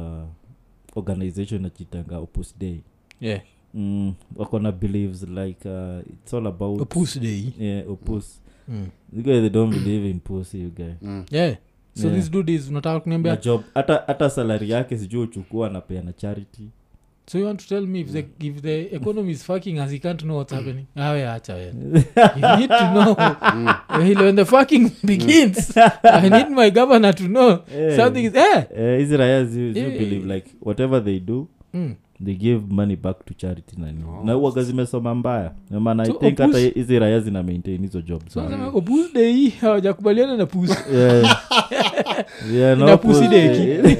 organization nachitanga opus day
yeah.
mm, wako na believes like uh, it's all about
Opus Dei.
yeah, opus
Mm.
you guys they don't believe in pussy you guy
Yeah. so
Mm. Yeah.
this dude is unataka kuniambia
Na job hata hata salari yake sijui uchukua anapea na charity
so you want to tell me if the, if the economy is fucking as he can't know what's happening awe acha wena you need to know
Mm.
Well, when the fucking begins i need my governor to know
Yeah.
something is eh
uh, israel you,
Yeah,
you
yeah,
believe like whatever they do
Mm.
they give money back to charity nani
Oh.
na uwaga zimesoma mbaya namana i
So,
think hata
Opus-
hizi raya zina maintain hizo job
so
sana
sema obusi dei oh, hawajakubaliana na pusi
Yeah. Yeah, na
na
Opus-
pusi deki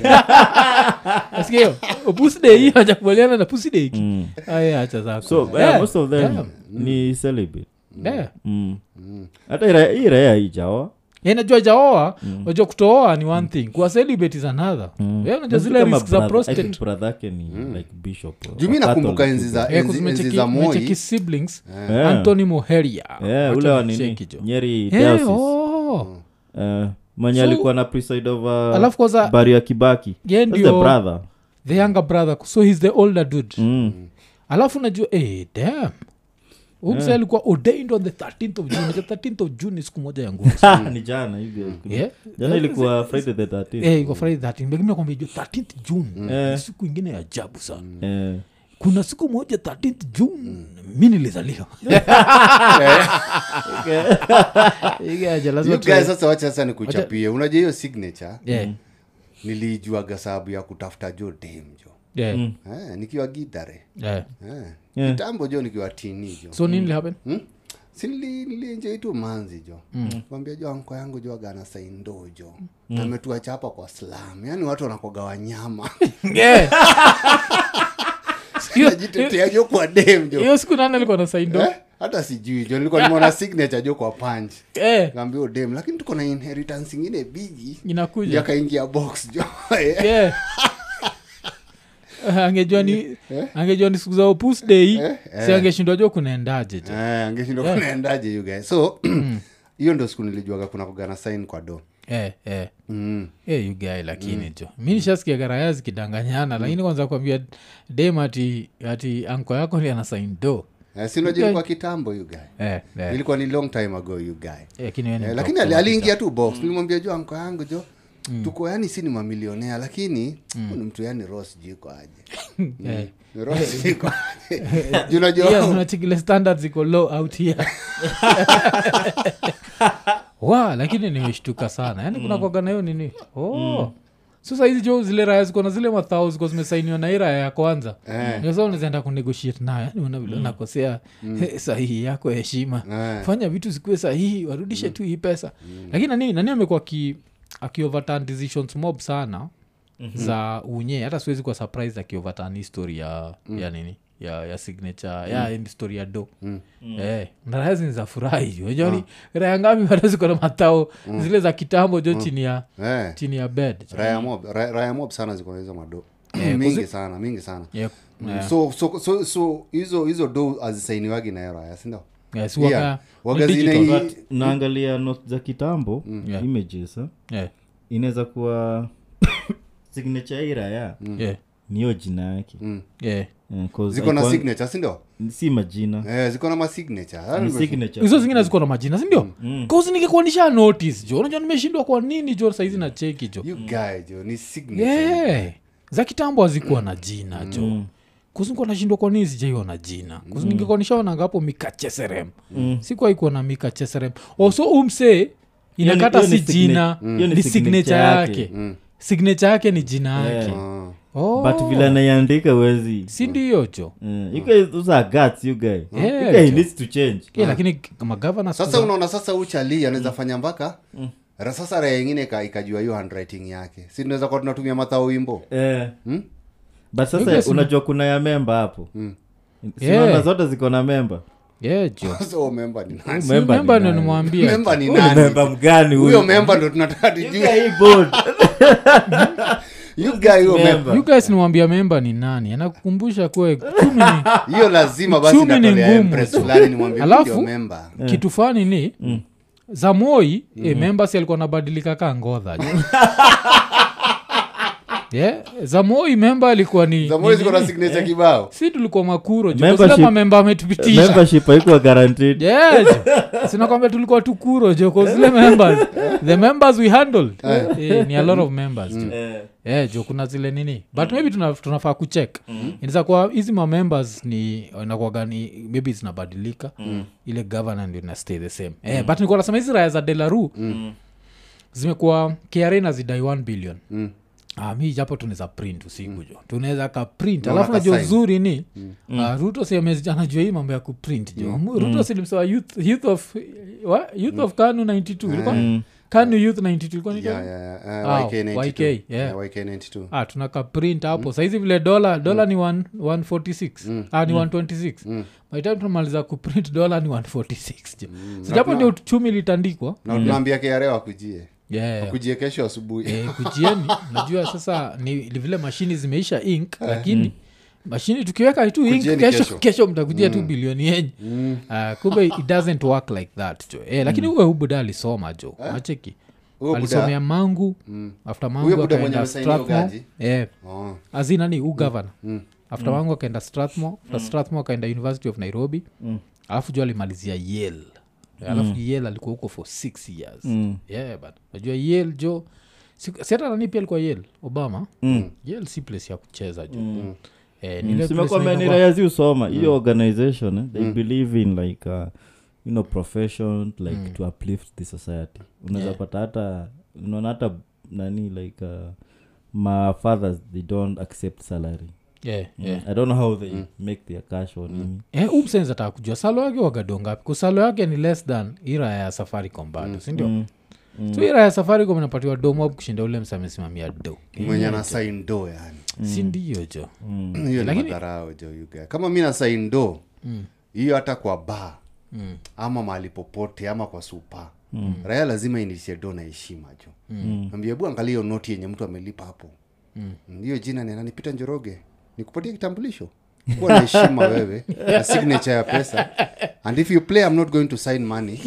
asikio obusi dei Oh, hawajakubaliana na pusi deki
Mm.
aya acha zako
so uh,
Yeah.
most of them
Damn. Mm.
ni celibate
Yeah.
Mm. hata ira- hii raya ijaoa
Yeah, najua jaoa
Mm.
najua kutooa ni one thing kuwa celibate is another yeah, najua zile risk za prostate Mm.
brahake ni like bishop or
jumi nakumbuka
Catholic.
enzi za
Yeah,
enzi,
'cause
enzi
mecheki-
za
mecheki
moi
siblings
Yeah.
anthony moheria
Yeah, ule wa nini? nyeri diocese.
oh.
Mm.
Eh, mwenye
So-
alikuwa na preside over
alafu kwanza
bari ya kibaki
ye
That's the
ndio
brother
the younger brother so he's the older dude
Mm.
alafu najua eh, damn umse
Eh.
alikuwa ordained on the 13th of june Unajua 13th of june ni siku moja ya nguvu
ni jana hivi
yeah.
jana ilikuwa friday the 13th
Eh, iko friday 13 lakini nakwambia jua 13th june
Mm.
ni
Eh.
siku ingine ya ajabu sana
Eh,
kuna siku moja 13th june
Mm.
mi nilizaliwa Igaja, lazima
You
tuwe-
guys, Mm. sasa wacha sasa nikuchapie unajua hiyo signature
Yeah,
niliijuaga sababu ya kutafuta jo dem jo
yeah,
Eh, nikiwa gidhare
yeah.
Eh,
Yeah.
kitambo jo nikiwa tini jo
so nini lihappen
Hmm? Si nili- nilienjoy tu manzi jo
Mm.
kwambia jo anko yangu jo agana saindo jo ametuacha hapa kwa slam yaani watu wanakoga wanyama
Yeah. Hiyo-
najitetea jo kwa dem jo
hiyo siku nani alikuwa na saindo
Eh, hata sijui jo nilikuwa nimeona signature jo kwa punch
Eh,
kaambia dem lakini tuko na inheritance ingine bigi
inakuja
yakaingia box jo
Yeah. Ah, angejua ni
Eh?
angejua ni siku za opus dei si angeshindwa jua kunaendaje je
Eh, angeshindwa kunaendaje you guys so
Mm.
hiyo ndo siku nilijuaga kuna kugana sign kwa do
Eh, eh.
mm.
Eh, you guy lakini jo mi nishasikia garaya zikidanganyana
Mm.
lakini kwanza kuambia dem ati ati anko yako ndi ana saindo
eh, sinojilikuwa kitambo you guy
Eh, eh.
ilikuwa ni long time ago you guy
Eh, lakini wewe ni
Eh,
mtu
lakini
wa
ali-
kutoa
aliingia tu box
Mm.
nilimwambia jua anko yangu jo tuko yani si ni mamilionea lakini
Mm.
huyu ni mtu yani ros jiko aje
Eh.
ros jiko aje Juu
Yeah,
unajua
unacheki ile standards iko low out here wa lakini nimeshtuka sana yaani kuna kwaga nayo nini oh. so saizi jo zile raya ziko na zile mathao ziko zimesainiwa na hii raya ya kwanza
Eh. Mm.
Ndio sasa unazaenda kunegotiate nayo yani una vile unakosea eh, sahihi yako heshima
Eh.
fanya vitu zikuwe sahihi warudishe
Mm.
tu hii pesa lakini nani nani amekuwa aki- akioverturn decisions mob sana za unye hata siwezi kuwa surprised akioverturn history ya,
Mm.
ya nini ya, ya signature ya mm. story ya do mm. eh, narazi za furahi unajua ni
Ah.
raha ngapi bado ziko na matao
Mm.
zile za kitambo jo chini ya
eh,
chini ya bed
raya mob ra- raya mob sana ziko na hizo mado
kuzi-
mingi sana mingi sana
Eh,
Mm,
Yeah, yeah.
so so so so hizo hizo do azisainiwagi na hero sindo
Yeah, si waga-
Yeah.
ni
Waga zina
digital.
hii-
But naangalia not za kitambo
Yeah.
images eh,
Yeah,
inaweza kuwa signature ya hii raya
Mm.
yeah,
niyo jina yake
yeah.
Eh, 'cause
ziko na
haikuwa-
signature sindo
si majina
eh, ziko na masignature Ah,
ni
nime-
signature.
hizo zingine ziko na majina
Mm.
sindio kauzi nikikuanisha notice jo unajua nimeshindwa kwa nini jo saizi na cheki jo
you guy jo ni signature
yeah. za kitambo hazikuwa na jina jo mm kusinikuwa nashindwa kwa nini sijaiwa na jina
Mm.
kusingekuwa nishaonanga hapo mika cheserem mm. sikuwaikuwa na mika cheserem Oh, also umse
Hiyo ni-
inakata
hiyo ni
si
signa-
jina
Mm. hiyo ni
ni
signature
signature
yake. Mm.
yake signature yake ni jina yake
Ah.
Oh,
but vile anaiandika Eh, wezi
si ndiyo jo Yeah, jo. Yeah,
Mm.
lakini magavana
sasa unaona sasa
Mm.
uchali anaweza fanya mpaka ra- sasa raya ingine ika- ikajua hiyo handwriting yake si tunaweza kuwa tunatumia mathao wimbo Hmm?
Eh. but
Hiyo
sasa
si-
unajua kuna ya memba hapo Si
Yeah.
unaona zote ziko na memba
yeah, jo
so memba ni nani
Si
member ni
member ndo
nani?
nimwambia
memba ni
Huyu ni memba
nani
mgani
huyo
huyu?
memba ndo tunataka
Yuka
tujue
hii board.
you guy huyo
Member.
member
you guys niwambia memba ni nani anakukumbusha kuwa kumi ni
hiyo lazima basi
Uchumi ni
natolea
ngumu.
empress fulani nimwambie
Alafu-
ndio memba
kitu fani ni za eh, moi mm. e, members alikuwa anabadilika kaa ngodha yeah. zamoi memba alikuwa ni Eh.
zamani
ni-
ziko na signature kibao
si tulikuwa makuro juu,
Membership-
kwa sila mamemba ametupitisha
membership haikuwa guaranteed
yes sinakwambia tulikuwa tukuro jo 'cause zile members the members we handled eh, ni a lot of members jo yeah, jo kuna zile nini but maybe tuna, tunafaa kucheck Mm-hmm. inaweza kuwa hizi mamembers ni inakuwaga ni maybe zinabadilika ile governor ndio ina stay the same eh, but nikuwa nasema hizi raya za delaru zimekuwa kra na zidai 1 billion
Mm.
Ah, mi japo tunaweza print usiku jo tunaweza ka print
Na
alafu najua
wakasign.
uzuri ni
Mm.
ah, ruto si amezi- anajua hii mambo ya kuprint jo Mu- ruto silimsewa youth, youth of what? youth of kanu 92 ilikuwa kanu youth 92 ilikuwa ni
Mm. Yeah,
kanu?
yeah,
Ah,
yeah. Uh, YK 92.
YK, yeah.
Yeah, YK 92.
ah, tunaka print
Mm.
hapo saizi vile dola dola ni one- 146 ah, ni 126
Mm.
by time tunamaliza kuprint dola ni 146 jo
Mm.
sijapo ndio uchumi litandikwa
na tunaambia kra wakujie
Mm. yeah.
kujie kesho asubuhi
Eh, kujieni najua sasa ni ni vile mashini zimeisha ink lakini mashini tukiweka tu ink
Eh. Kujieni
kesho,
kesho. Mm.
kesho mtakujia tu bilioni yenyu Ah, kumbe it doesn't work like that jo eh, lakini uwe ubuda alisoma jo acheki
Eh? Huyo buda-
alisomea mangu after mangu
buda mwenye
akaenda
amesaini
strathmore
ugaji?
eh,
Oh.
azinani u gavana after mangu akaenda strathmore after strathmore akaenda university of nairobi alafu juu alimalizia yel alafu yel alikuwa huko for six years yeah but najua yel jo siku- si hata nani pia alikuwa yel obama
Mm.
yel si place ya kucheza jo eh, ni ile place
simekwambia
na
ni
inakuwa-
raya zi usoma
Hmm.
hiyo organization eh, they believe in like uh, you know profession like to uplift the society unaweza
Yeah.
pata hata unaona hata nani like uh, my fathers they don't accept salary
yeah, yeah.
i don't know how
Hmm.
they make their cash or nini
Eh, huyu msee nataka kujua salo yake wagadongapi kusalo yake ni less than ira ya safaricom bado sindio so ira ya safaricom inapatiwa domo up kushinda ule msee amesimamia do
mwenye
Eh.
ana sign do yani
sindio jo
hiyo ni madharao jo you guy. kama mi na sign do
Mm.
hiyo hata kwa ba ama mahali popote ama kwa supa
Mm.
raya lazima inishe do na heshima jo mm. hebu angalia hiyo noti yenye mtu amelipa hapo Mm, hiyo jina ni nani Peter njoroge nikupatia kitambulisho kuwa na heshima wewe na signature ya pesa and if you play i'm not going to sign money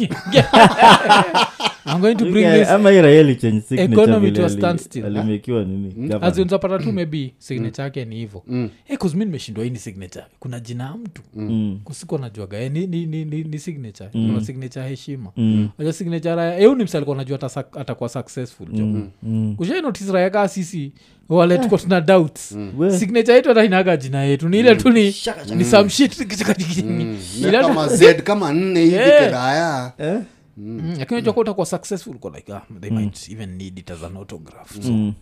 I'm going to
You
bring
guy-
this
ama ira yeye ilichange signature
Economy
vile
to a
ali-
standstill, eh? Hmm? huh?
alimekiwa nini governor.
azinzapata tu maybe signature yake ni hivo Eh, 'cause mi nimeshindwa hii ni signature kuna jina ya mtu
Hmm.
mm. kusikuwa najuaga eh, ni, ni, ni, ni, ni signature kuna signature ya heshima
Hmm.
mm. signature raya eu ni msi alikuwa najua ata sac- atakuwa successful jo
Hmm.
mm. Eh. kushainotis raya kaa sisi wale tuko tuna doubts
We-
signature yetu hata inaga jina yetu ni ile tu ni, ni some shit Ile hata-
Mm. kama z kama nne hivi
Yeah.
kiraya
Eh?
Mm, lakini unajua kuwa utakuwa successful uko like ah, they might even need it as an autograph so
Hmm.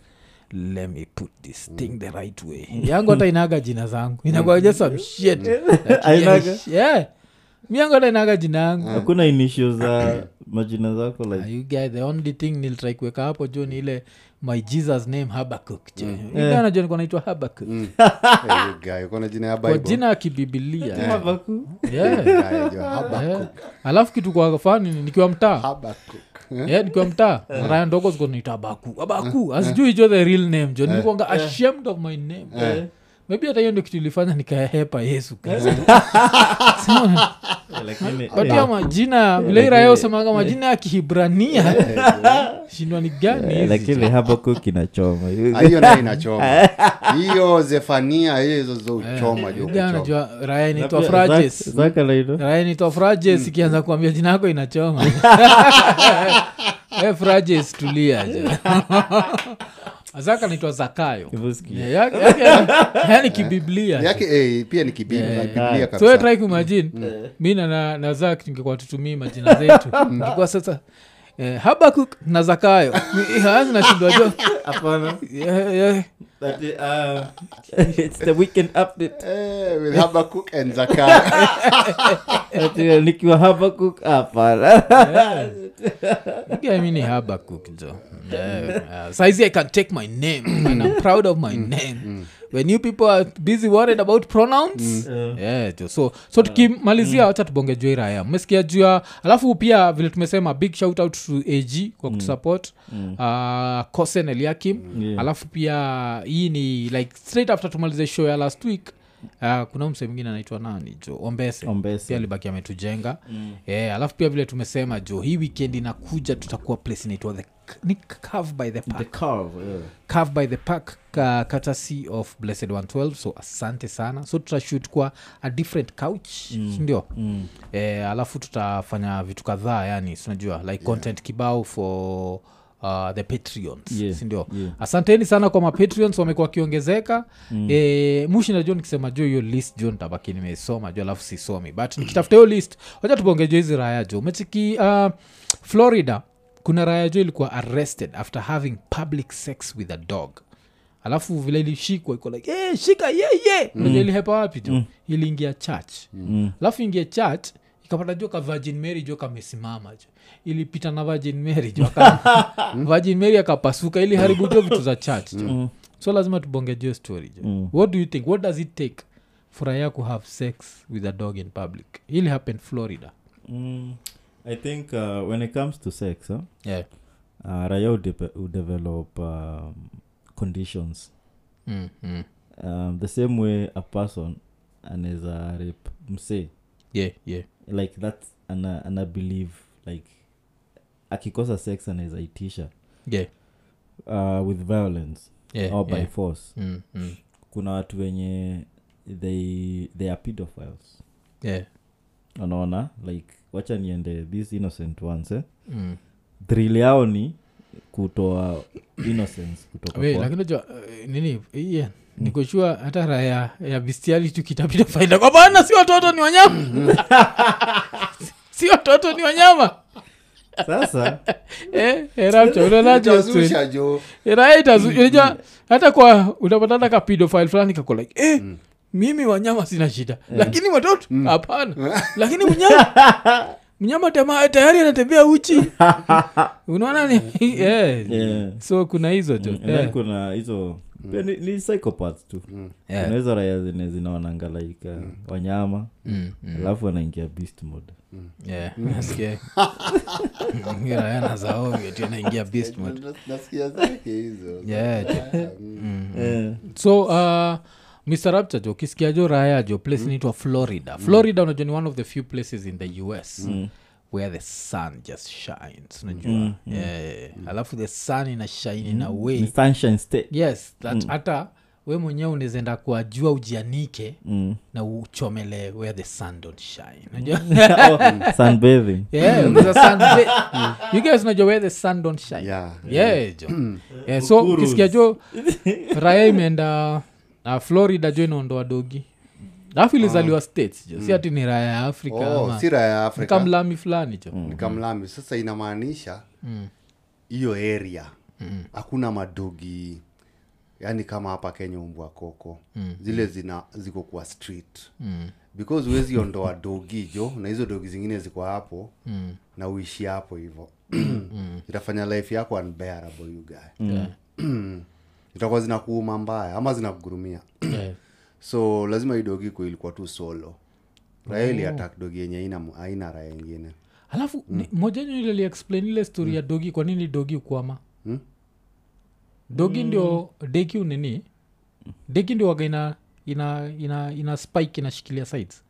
let me put this thing the right way yangu hata inaga jina zangu inakuwa just some shit
Hainaga?
yeah miangu hata inaga jina yangu
hakuna initio za majina zako
Ah,
like
you guy the only thing nilitrai kuweka hapo jo ni ile my jesus name habakuk jo yeah. anajua nikuwa naitwa habakuk
Eh, you guy, uko na jina ya
kwa
bible
jina ya kibibilia
Habakkuk.
yeah.
Guy, jo, Habakkuk.
Yeah. alafu kitu kwa fani ni- nikiwa mtaa
Habakkuk.
Yeah, nikiwa Eh, mtaa
Eh.
raya ndogo zikonaita abaku abaku asijui jo the real name
Eh.
jo nilikuanga ashamed of my name maybe hata hiyo ndio kitu ilifanya nikahepa yesu
Eh.
kristo
Lakini-
but ya
Eh.
majina vile iraya usemanga majina ya kihibrania shindwa ni gani
Eh,
hizi
lakini habakuk inachoma
Ah, hiyo nayo inachoma hiyo zefania hizo zochoma
Uganda, najua raya inaitwa frajes
zakalaido
raya inaitwa
Mm.
frajes ikianza kuambia jina yako inachoma Eh, frajes tulia jo zaka naitwa zakayo Yeah, ya- yake- yaani kibiblia
yake eh, pia ni kibiblia kabisa
soetrai kumajini mi na- na- na zak tungekuwa tutumii majina zetu tungekuwa sasa eh, habakuk na zakayo Ni- hazi nashindwa jo eh, Yeah, yeah.
Eh, with Habakkuk and Zakaria.
uh, nikiwa habakuk hapana
Yeah, mi ni habakuk jo Yeah, yeah. saizi i can take my name and i'm proud of my name when you people are busy worried about pronouns yeah, Mm. jo. so, so tukimalizia wacha tubonge jua iraya mmesikia jua alafu pia vile tumesema big shout out to ag kwa kutusupport Ah, kosen eliakim alafu pia hii ni like straight after tumalize show ya last week Uh, kuna mse mwingine anaitwa nani jo ombese
Ombese.
pia alibaki Eh, ametujenga mm. alafu pia vile tumesema jo hii weekend inakuja tutakuwa place inaitwa the ni carve by the park
the curve yeah.
carve by the park ka, courtesy of blessed 112 so asante sana so tutashut kwa a different couch mm. sindio mm. e, alafu tutafanya vitu kadhaa yani sinajua like yeah. content kibao for Uh, the patreons
Yeah,
sindio
yeah.
asanteni sana kwa mapatreons wamekuwa wakiongezeka mm. e, mushi najua nikisema jo hiyo list jo ntabaki nimesoma jo alafu sisomi but nikitafuta hiyo list wacha tubongejo hizi raya jo umechiki uh, florida kuna raya jo ilikuwa arrested after having public sex with a dog alafu vile ilishikwa iko like hey, shika yeye mm. ilihepa wapi jo mm. iliingia church mm. alafu ingie church ikapata jo ka virgin mary jo kamesimama jo ilipita na virgin mary jo aka- Mm. virgin mary akapasuka ili haribu jo vitu za church jo so lazima tubonge jo story jo what do you think what does it take for aya ku have sex with a dog in public ili happen florida
Mm, i think uh, when it comes to sex huh,
yeah.
uh, raya udepe- udevelop um, conditions
mm, mm.
um, the same way a person anaweza rape msee
yeah, yeah.
like that ana, ana believe like akikosa sex anaweza itisha
yeah.
uh, with violence
yeah.
or by
yeah.
force
Mm, mm.
kuna watu wenye they, they are pedophiles
yeah.
unaona like wacha niende these innocent ones eh?
mm.
drill yao ni kutoa innocence kutoka
We,
kwa-
lakini unajua, eh, nini yeah. nikoshua hata raha ya, ya bestiali tukitapita faida kwa bana si watoto ni wanyama si watoto ni wanyama
sasa
Eh, eh, rapture, unaonaje hiyo story?
Itazusha jo
Eh, raha itazu- unajua, hata kwa utapata hata kapidofile fulani kako like eh, mimi wanyama sina shida lakini watoto hapana lakini mnyama mnyama tama- tayari anatembea uchi unaona ni eh.
yeah. Mm,
so kuna hizo jo
And then kuna hizo
Mm.
pia ni, ni psychopaths tu
Yeah.
kuna hizo raya zine zinaonanga like uh, wanyama
Mm, mm.
alafu wanaingia beast mode
Yeah, nasikia. Ngira yana za ovyo tu, yanaingia beast mode.
nasikia zake hizo
Yeah, jo. Mm.
Eh,
so uh, mr rapture jo ukisikia jo raya jo place inaitwa florida florida unajua ni one of the few places in the us where the sun just shines unajua Yeah. alafu the sun ina shine in a way
ni sunshine state
yes that hata we mwenyewe unawezaenda kwa jua ujianike
Mm.
na uchomele where the sun don't shine unajua
Oh, sunbathing
yeah, there's a sun bit. you guys know where the sun don't shine
Yeah.
yeah, jo yeah, so
Kukurus.
ukisikia jo raya imeenda uh, florida jo inaondoa dogi alafu ilizaliwa states jo si ati ni raya ya afrika
oh,
ama-
sira ya
ni
afrika Mm.
kamlami fulani jo
ni kamlambi sasa inamaanisha hiyo area hakuna madogi yani kama hapa kenya umbwa koko zile zina ziko kwa street because huwezi ondoa dogi jo na hizo dogi zingine ziko hapo na uishi hapo hivo itafanya life yako unbearable you guy
Mm.
itakuwa zinakuuma mbaya ama zinakugurumia
yeah.
so lazima idogi ku ilikuwa tu solo raya ili attack dogi yenye haina haina raya ingine
alafu ni- moja nyu ile liexplain ile story ya dogi kwa nini dogi ukwama dogi ndio deki unini deki ndio waga ina ina ina ina spike inashikilia sides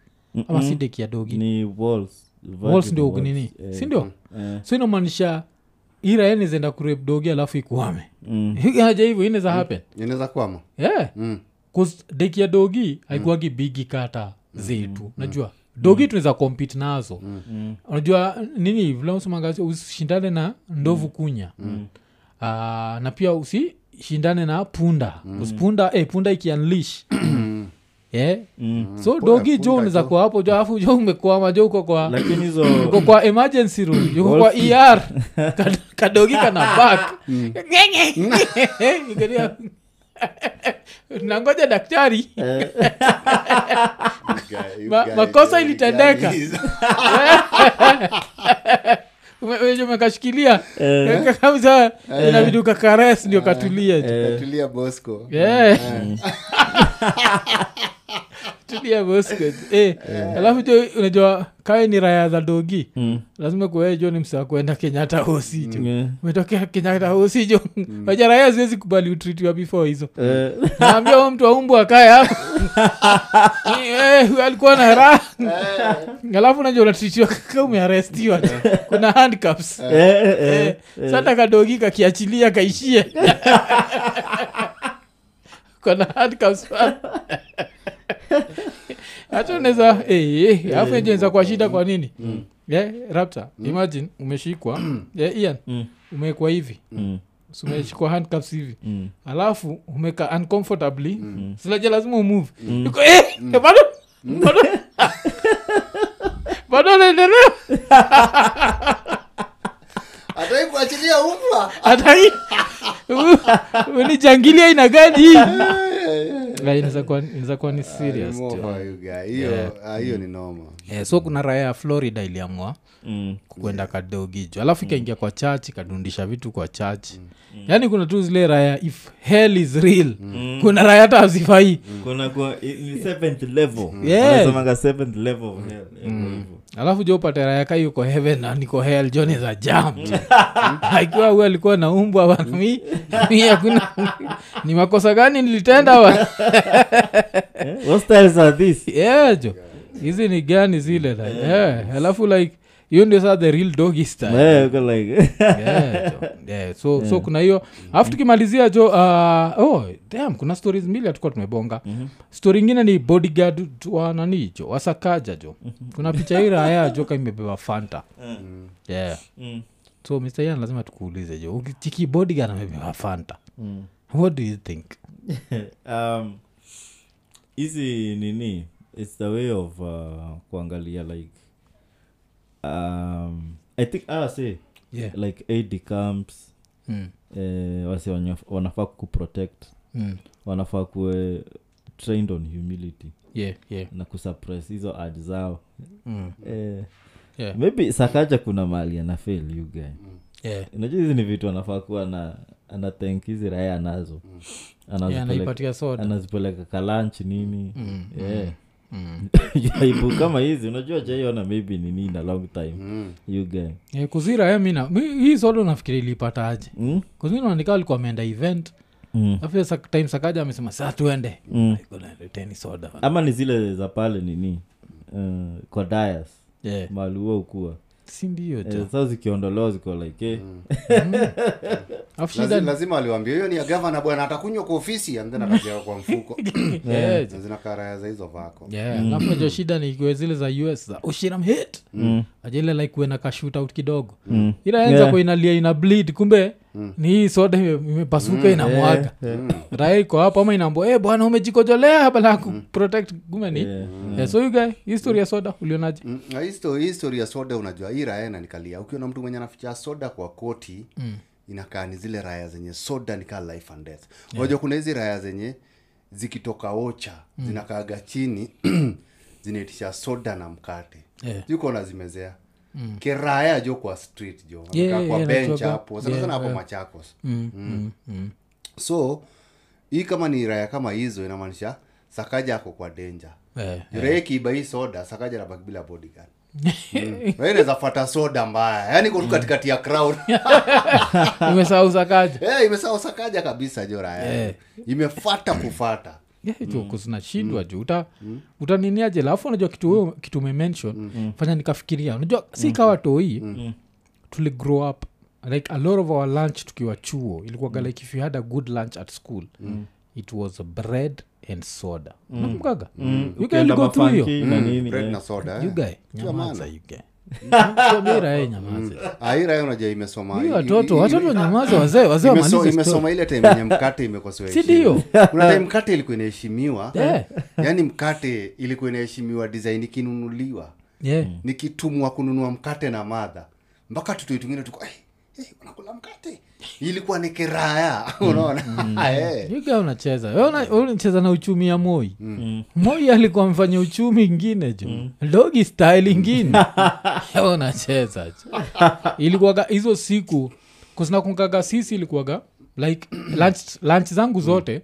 ama si deki ya dogi
ni walls vertical
walls ndio huku
walls.
nini
Eh,
sindio
eh,
so inamaanisha iraenezenda kurep dogi alafu ikuame
mm,
aja hivyo inaweza happen
inaweza kwama
yeah.
Mm.
Cause deki ya dogi haikuagi bigi kata zetu najua dogi tunaweza kompit nazo unajua nini vilausemaga usishindane na ndovu kunya Ah, na pia usishindane na punda mm. punda eh, punda ikianlish yeah.
Mm.
so dogi
punda
jo unaweza
jo.
kuwa hapo jo alafu jo umekwama jo uko kwa
lakini hizo
uko kwa emergency room uko kwa
Golfi.
er Kad- kadogi kana bak Ngeria. nangoja daktari
Eh,
Ma- makosa ilitendeka. Ume- wenye umekashikilia
Eh.
eh. kabisa inabidi ukakares ndio
Eh.
katulie
katulia bosco
Yeah. tulia bosco. Eh, alafu jo unajua kawe ni raya za dogi
mm,
lazima kuwee jo ni msaa kuenda kenyatta hosi jo
Yeah.
umetokea kenyatta hosi jo waja raya ziwezi kubali utritiwa before hizo
eh,
naambia huyo mtu aumbu akae hapo Eh, huyo alikuwa na raha alafu najua unatritiwa kaka umearestiwa tu. kuna handcuffs Eh, sasa kadogi kakiachilia kaishie kuna handcuffs pale. hata unaweza eh, Mm. eh, alafu enje inaweza kuwa shida kwa nini yeah, rapta imagine umeshikwa yeah, ian umewekwa hivi
Mm,
So umeshikwa handcuffs hivi alafu umeka uncomfortably mm. sinaja lazima umove
Mm.
Yuko, eh, bado bado bado naendelea
hatai kuachilia umbwa
hata hii ulijangilia aina gani hii Na inaweza kuwa- inaweza kuwa ni serious tu.
Mofa you guy. hiyo ah, hiyo ni noma
Eh, so kuna raya ya florida iliamua
mm.
Mm. kwenda kadogijo alafu ikaingia kwa church ikadundisha vitu kwa church yaani kuna tu zile raya if hell is real kuna raya hata hazifai Yeah. Mm.
Eh,
alafu jo upate raya ka yuko heaven na niko hell jo za jam akiwa huyu alikuwa na umbwa bana mi mi hakuna ni makosa gani nilitenda bana
Eh,
yeah jo hizi ni gani zile like, yeah. alafu like hiyo ndio saa the real doggy style
Eh.
Yeah, jo. Yeah, so, so kuna hiyo alafu tukimalizia jo uh, oh, damn, kuna stories mbili hatukuwa tumebonga story ingine ni bodyguard tu wa nani jo wasakaja jo kuna picha hii raya jo kama imebeba fanta Mm. yeah.
Mm.
so mr yan lazima tukuulize jo ukichiki bodyguard amebeba fanta what do you think
Um, hizi nini its the way of uh, kuangalia like um, i think ah, say,
Yeah.
like aid camps
Mm.
eh, wasi wanya- wanafaa kuprotect
Mm.
wanafaa kuwe trained on humility
yeah, yeah.
na kusuppress hizo ad zao
Mm.
eh,
Yeah. Mm.
maybe sakaja kuna mali anafel you guy
Yeah.
unajua hizi ni vitu anafaa kuwa na ana thank hizi raya anazo
Mm. Yeah,
anazipeleka
anaipatia soda
anazipeleka kalanch nini
Mm,
yeah. aibu kama hizi unajua jaiona maybe ni nini a long time you guy
Eh, kuzira mina hii soda nafikiri ilipata aje
Mm?
kuzira naonekana alikuwa ameenda event
Mm.
afu sa- time sakaja amesema saa tuende
Mm.
leteni soda
ama ni zile za pale nini uh, kwa dias
yeah.
mahali huo ukua
si ndio jo
eh, saa zikiondolewa ziko like eh,
afu shida
lazima,
ni-
lazima aliwambia hiyo ni ya gavana bwana atakunywa kwa ofisi and then atatia kwa mfuko
Yeah, jo.
Na zina karaya za hizo vako
Yeah, alafu najua shida ni ikiwe zile za us za ushiram hit
mm,
ajele like uwe na kashutout kidogo mm. iraenza
Yeah.
kuinalia ina bleed kumbe ni hii soda ime- imepasuka inamwaga raya iko hapo ama inaambua hey, bwana umejikojolea bala kuprotect kumbe ni Yeah, so you guy history ya soda ulionaje
Mm, na hii sto- hii story ya soda unajua hii raya inanikalia ukiona mtu mwenye anaficha soda kwa koti mm. inakaa ni zile raya zenye soda nikaa life and death unajua kuna hizi raya zenye zikitoka ocha mm. zinakaaga chini zinaitisha soda na mkate
Yeah.
zikona zimezea mm. keraya jo kwa street jo Wanakaa
yeah,
kwa
yeah,
bench
najuaga.
hapo sana
Yeah,
sana hapo
yeah.
machakos
mm. Mm. Mm.
so hii kama ni raya kama hizo inamaanisha sakaja ako kwa denja
Eh.
jureekiiba hii soda sakaja nabaki bila bodyguard inawezafata soda mbaya yani
Mm.
kotu katikati ya crowd
imesahau sakaja
Eh, imesahau sakaja kabisa jora
Eh.
yeah. imefata kufata Mm.
zinashindwa juu uta utaniniaje alafu unajua kitu huyo- kitu umemention
Mm.
fanya nikafikiria unajua si kawa toi tuli grow up like a lot of our lunch tukiwa chuo
Mm.
ilikuwaga like if you had a good lunch at school it was bread and soda nakumbukaga you guy
ukienda
go through hiyo
mafunky na nini
bread
eh.
na soda eh.
you guy
Ndio
nyamaza
maana.
you guy
Mm.
Mira, eh, nyamaza
Ah, hii raya unajua imesoma
Hii
i-
watoto
i- i-
watoto nyamaza wazee wazee
imeso-
wamalize story.
imesoma ile time enye mkate imekosewa
Si
heshima.
ndio?
kuna time mkate ilikuwa inaheshimiwa
Eh,
yaani mkate ilikuwa inaheshimiwa design ikinunuliwa
yeah.
nikitumwa kununua mkate na madha mpaka tutoi tungine tuko hey, hey, unakula mkate ilikuwa ni kiraya unaona Eh.
yuga unacheza Wewe una- wewe unacheza na uchumi ya moi moi alikuwa amfanya uchumi ingine jo dogi style ingine Wewe unacheza jo ilikuwaga hizo siku kusinakungaga sisi Mm. ilikuwaga like lunch, lunch zangu zote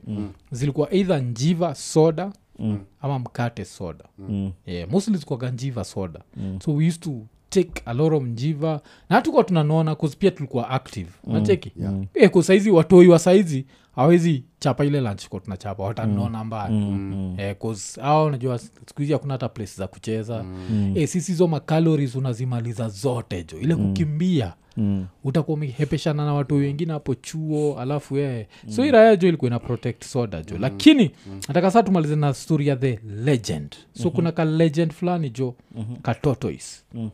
zilikuwa eidha njiva soda mm. ama mkate soda mm. yeah, mostly zikuaga njiva soda mm. so we used to take aloro mjiva na hatukuwa tunanona cause pia tulikuwa active nacheki mm. yeah. yeah, kusaizi watoi wa saizi awezi chapa ile lunch ko tunachapa watanona mbali mm. eh, cause au najua siku hizi hakuna hata place za kucheza mm. eh, sisi hizo macalories unazimaliza zote jo ile kukimbia mm. utakuwa umehepeshana na watu wengine hapo chuo alafu yeye mm. so iraya jo ilikuwa ina protect soda jo mm. lakini mm. nataka saa tumalize na story ya the legend so mm-hmm. kuna ka legend fulani jo mm-hmm. ka tortoise mm uh,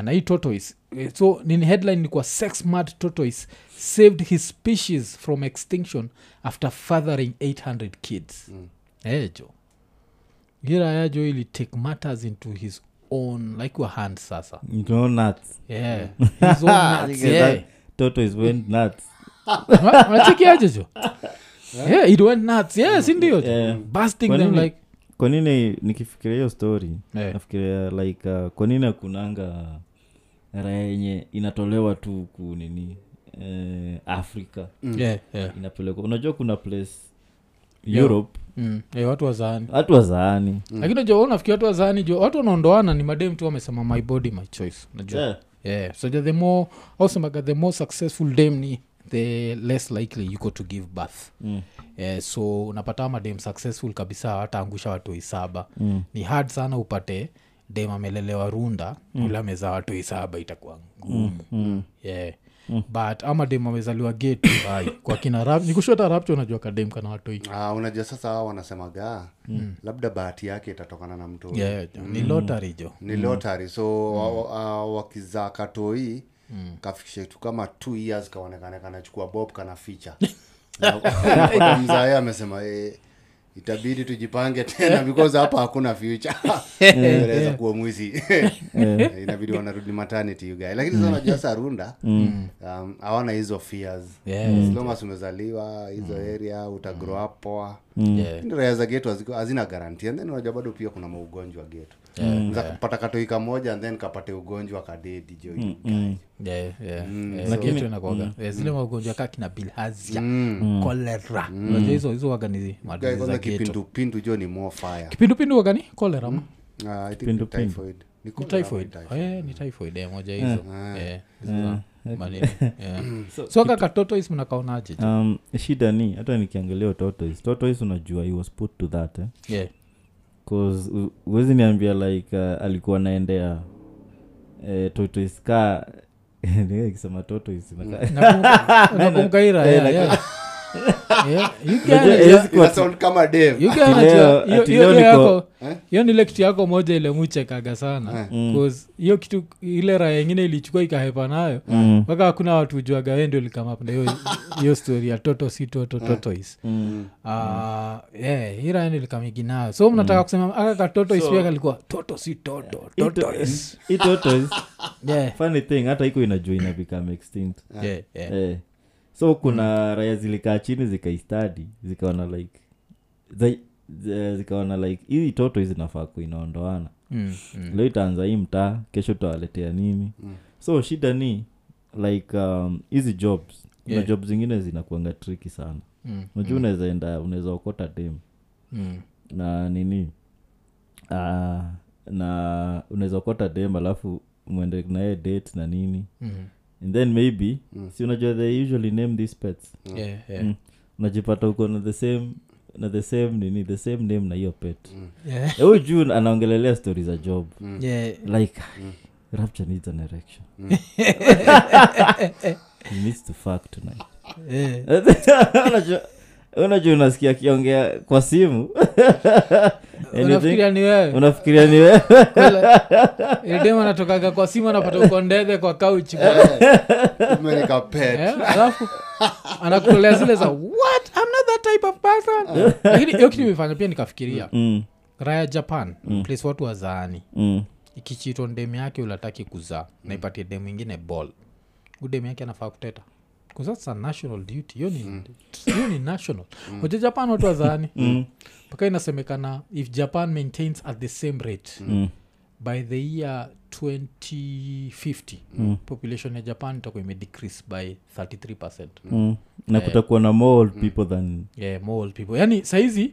na hii tortoise Eh, so nini headline ni kwa sex mad tortoise saved his species from extinction after fathering 800 kids mm. ejo giraya jo ili take matters into his own like your hand sasa
no nuts
yeah. his own nuts, yeah.
toto is went nuts
Una- unachekiaje jo yeah, it went nuts yeah sindio yeah. busting
Kwa
them
nini-
like
kwa nini nikifikiria hiyo story
Eh.
nafikiria like uh, kwa nini akunanga raha yenye inatolewa tu ku nini eh, africa
yeah, yeah.
inapelekwa unajua kuna place europe
Mm. Yeah, watu wazaani
hatu wazaani
Mm. lakini jo unafikia watu wazaani jo watu wanaondoana ni madem tu wamesema my body my choice najua
Yeah.
yeah. so the more ausemaga the more successful dem ni the less likely yuko to give birth mm. eh, so unapata madem successful kabisa wataangusha watoi saba mm. ni hard sana upate dem amelelewa runda mm. ula amezaa watoi saba itakuwa ngumu mm. yeah Mm. but ama dem amezaliwa getu ai kwa kina rap nikushota rapcho unajua kadem kana watoi
ah, unajua sasa hao wanasemaga labda bahati yake itatokana na mtu
yeah, ni lotari jo
ni lotari so wa- wa- uh, wakizaa katoi kafikisha tu kama two years kaonekana kanachukua bob kana ficha mzae amesema e, itabidi tujipange tena because hapa hakuna future
Eh,
unaweza kuwa mwizi Eh, inabidi wanarudi maternity you guy lakini
Mm.
sasa unajua sasa runda um, hawana hizo fears
Yeah.
as long as umezaliwa hizo area utagrow up poa
Mm. yeah.
Lakini raya za getu haziko- hazina garanti and then unajua bado pia kuna maugonjwa getu za kupata katoika moja and then kapate ugonjwa kadedi jo
Mm, Yeah, yeah, yeah. mm. Kitu Mm. inakuwaga. Yeah, zile magonjwa kaa kina bilhazia kolera unajua hizo hizo waga ni
Guy,
maradhi
kwanza
za geto
kipindupindu jo ni more fire
kipindupindu waga ni kolera ma
Ah, I think ni
Kipindupindu.
typhoid. Ni
Ni
cholera,
typhoid
ni typhoid.
Eh, ni typhoid eh, moja hizo Eh, hizo za manini. Yeah. so waga katoto hizi mnakaonaje
um, shida ni hata nikiangalia tortoise tortoise unajua he was put to that eh?
yeah.
cause u- huwezi niambia like uh, alikuwa anaendea eh, tortoise ka ikisema tortoise
Mm.
inakaa-
Unakumbuka- unakumbuka ira yeah, yeah. Yeah, you can-
Unajua,
yeah.
hawezi kuwa
Ina sound kama Dave.
You get
Ati
what
leo-
you- hiyo-
ati
hiyo-
leo
hiyo
niko-
yako- hiyo ni lekti yako moja ile muchekaga sana
Mm.
Cause hiyo kitu ile raya ingine ilichukua ikahepa nayo
Mm.
mpaka hakuna watu ujuaga wendo likamapna hiyo hiyo stori ya toto si toto totois
Mm.
hii raya ndilikamigi nayo so
Mm.
mnataka kusema aka katotois pia kalikuwa toto si toto
Hii
toto
to- hii tortoise
yeah,
funny thing hata iko inajua ina become extinct
yeah, yeah.
eh. so kuna raya zilikaa chini zikaistadi zikaona like za- za- zikaona like hii toto hizi nafaa kuinaondoana
Mm,
leo itaanza hii mtaa kesho utawaletea nini so shida ni like um, hizi jobs kuna
Yeah.
job zingine zinakuanga triki sana
Mm,
unajua unaweza enda unaweza okota dem
mm.
na nini uh, na unaweza okota dem alafu mwende naye date na nini
Mm.
and then maybe si unajua they usually name these pets
Yeah, yeah.
Mm. unajipata uko na the same na the same nini the same name na hiyo pet
Yeah,
Eh, huyu juu anaongelelea stori za job
yeah.
like rapture needs an erection he needs to fuck tonight
Yeah.
Unajua- unajua unasikia akiongea kwa simu And you think-
unafikiria ni wewe
unafikiria ni wewe
idem anatokaga kwa simu anapata uko ndege kwa kauchi
Mimi nika pet.
Eh, alafu anakutolea zile za what I'm not that type of person lakini hiyo kitu imefanya pia nikafikiria
Mm,
raya japan place watu wazaani
mm,
ikichitwa ndemu yake ulataki kuzaa na ipatie demu ingine ball udemu yake anafaa kuteta kuzasa national duty hiyo ni, hiyo ni national oja japan watu wazaani
Mm.
mpaka inasemekana if japan maintains at the same rate
mm,
by the year 2050
Mm.
population ya japan itakuwa imedecrease by 33 percent
mm. na kutakuwa na more old people than
yeah, more old people yani saizi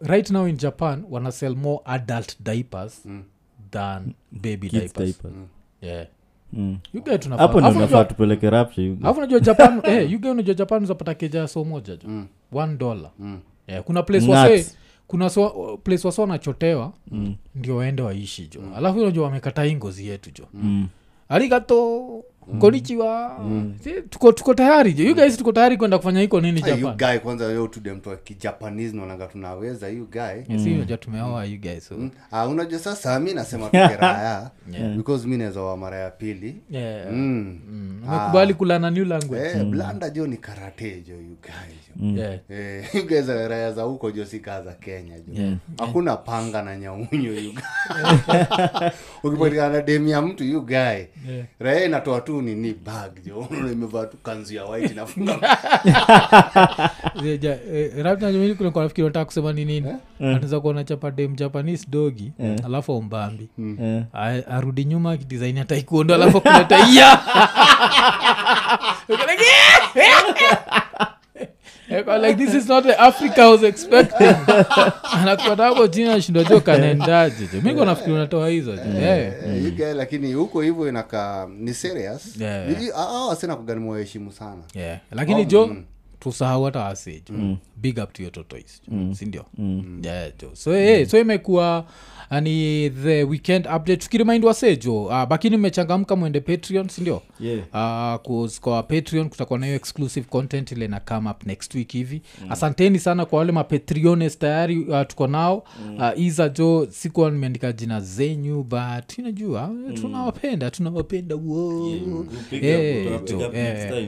right now in japan wana sell more adult diapers mm. than baby
kids
diapers.
diapers.
Yeah.
Mm.
You get tunafaa-
hapo ndo
Alafu
nafaa
unajua-
tupeleke rapture you-
alafu unajua japan eh, you get unajua japan zapata keja so moja jo mm. one dollar mm. yeah, kuna place
Nuts.
wase kuna so, place wase wanachotewa mm. ndio waende waishi jo mm. alafu unajua wamekata hii ngozi yetu jo mm. arigato konichiwa Si, tuko, tuko tayari jo you guys tuko tayari kwenda kufanya hiko nini
Hey, Ah, you
japan
guy kwanza yo tude mtu wa kijapanese naonaga tunaweza you guy
Eh, si unajua tumeoa you guys so.
Ah, unajua sasa mi nasema tuke raya because mi naweza wa mara ya pili
yeah.
mm.
Mm. umekubali kulana new language
Eh, blanda jo ni karate jo you guy jo
yeah.
Eh, you guys are raya za huko jo si kaa za kenya jo hakuna panga na nyaunyo you guy. ukipatikana na demu ya mtu you guy raya inatoa tu nini bag jo imevaa tu kanzu ya white inafunga
eh, rafiki nataka kusema ni nini anaweza kuona chapade mjapanese dogi alafu aumbambi
Eh.
A- arudi nyuma kidesign ataikuondo alafu akunataia like this is not the africa I was expecting anakuatako chini anashindwa jo kanaendaje jo mi nafikiri unatoa hizo jo Eh.
Eh, you guy, lakini huko hivyo inakaa ni serious
Yeah.
Hivi, ah, ah, wasena kuganimwa waheshimu sana
yeah. lakini jo tusahau hata wasejo big up to your tortoise sindio yeah, jo so, eh, so imekuwa ani the weekend update tukirimaindi wasejo uh, bakini mmechangamka mwende patreon sindio
Yeah.
Uh, kuz- kwa patreon kutakuwa nayo exclusive content ile na come up next week hivi mm. asanteni sana kwa wale mapatriones tayari uh, tuko nao mm. uh, iza jo sikuwa nimeandika jina zenyu but unajua tunawapenda tunawapenda wo Eh, jo, eh,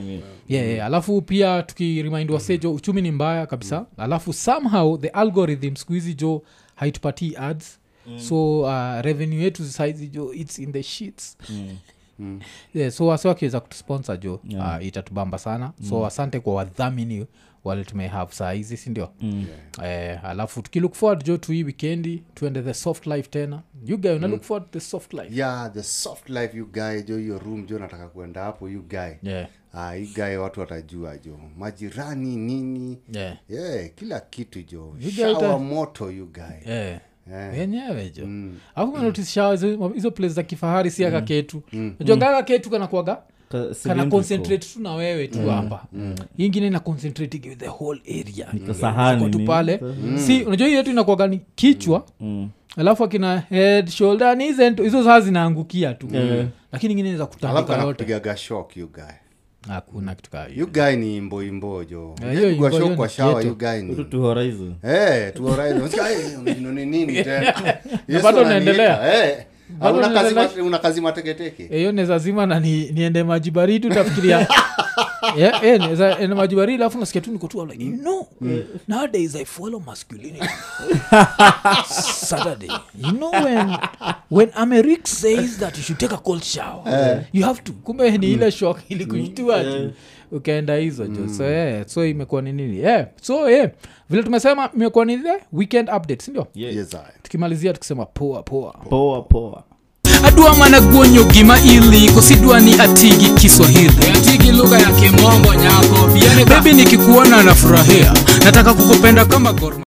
yeah, yeah. alafu pia tukirimind wasejo uchumi ni mbaya kabisa alafu somehow the algorithm skuhizi jo haitupatii ads mm. so uh, revenue yetu saizi jo its in the sheets yeah, so wase wakiweza kutusponsor jo Mm. yeah. uh, itatubamba sana mm. so asante kwa wadhamini wale tumehave saa hizi sindio mm. eh, alafu tukilook forward jo tu hii wikendi tuende the soft life tena you guy una look forward to the soft life
yeah the soft life you guy jo hiyo room jo nataka kuenda hapo you guy
yeah.
Ah, hii guy watu watajua jo majirani nini
Yeah.
yeah, kila kitu jo
You guy
shawa
ta-
moto you guy
Yeah.
Eh.
wenyewe jo alafu mm. hizo place za kifahari si akaketu mm. kaketu kanakuaga kana concentrate tu na wewe tu hapa mm. ingine ina concentrate give the whole area
kasahani
Ziko tu
ni-
pale si unajua hii yetu inakuaga ni kichwa alafu akina head shoulder knees and- hizo saa zinaangukia tu lakini ingine inaweza
alafu
kutandika yote
anakupigaga shok you guy
hakuna kitu kaa hiyo
you guy ni imboimbo jo
Yeah, hiyo
Unajipigwa
imbo
shock
hiyo
kwa
ni
shawa
ghetto.
you guy ni
horizon
Eh, tu alright. Unasikia, "Hey, unajinoni nini tena Yesu
bado
unaniita."
unaendelea.
Eh, ah, una
unaendelea. Eh.
kazi mate- una kazi mateketeke
hiyo naweza zima na ni, niende maji baridi utafikiria Yeah, eh, yeah, naweza ende maji baridi alafu nasikia tu niko tu I'm like, you know, nowadays I follow masculinity. Saturday. You know when, when Americ says that you should take a cold shower, you have to. Kumbe ni ile shock ili kushtua tu. Ukaenda hizo jo. So, yeah, so imekuwa ni nini? Yeah. So, yeah, vile tumesema imekuwa ni the weekend update, si ndio?
yes I.
Tukimalizia tukisema poa poa.
poa poa
adwa mana guonyo gima ili kosidwa ni atigi kiswahili atigi lugha ya kimombo nyako bebi nikikuona nafurahia nataka kukupenda kama gorma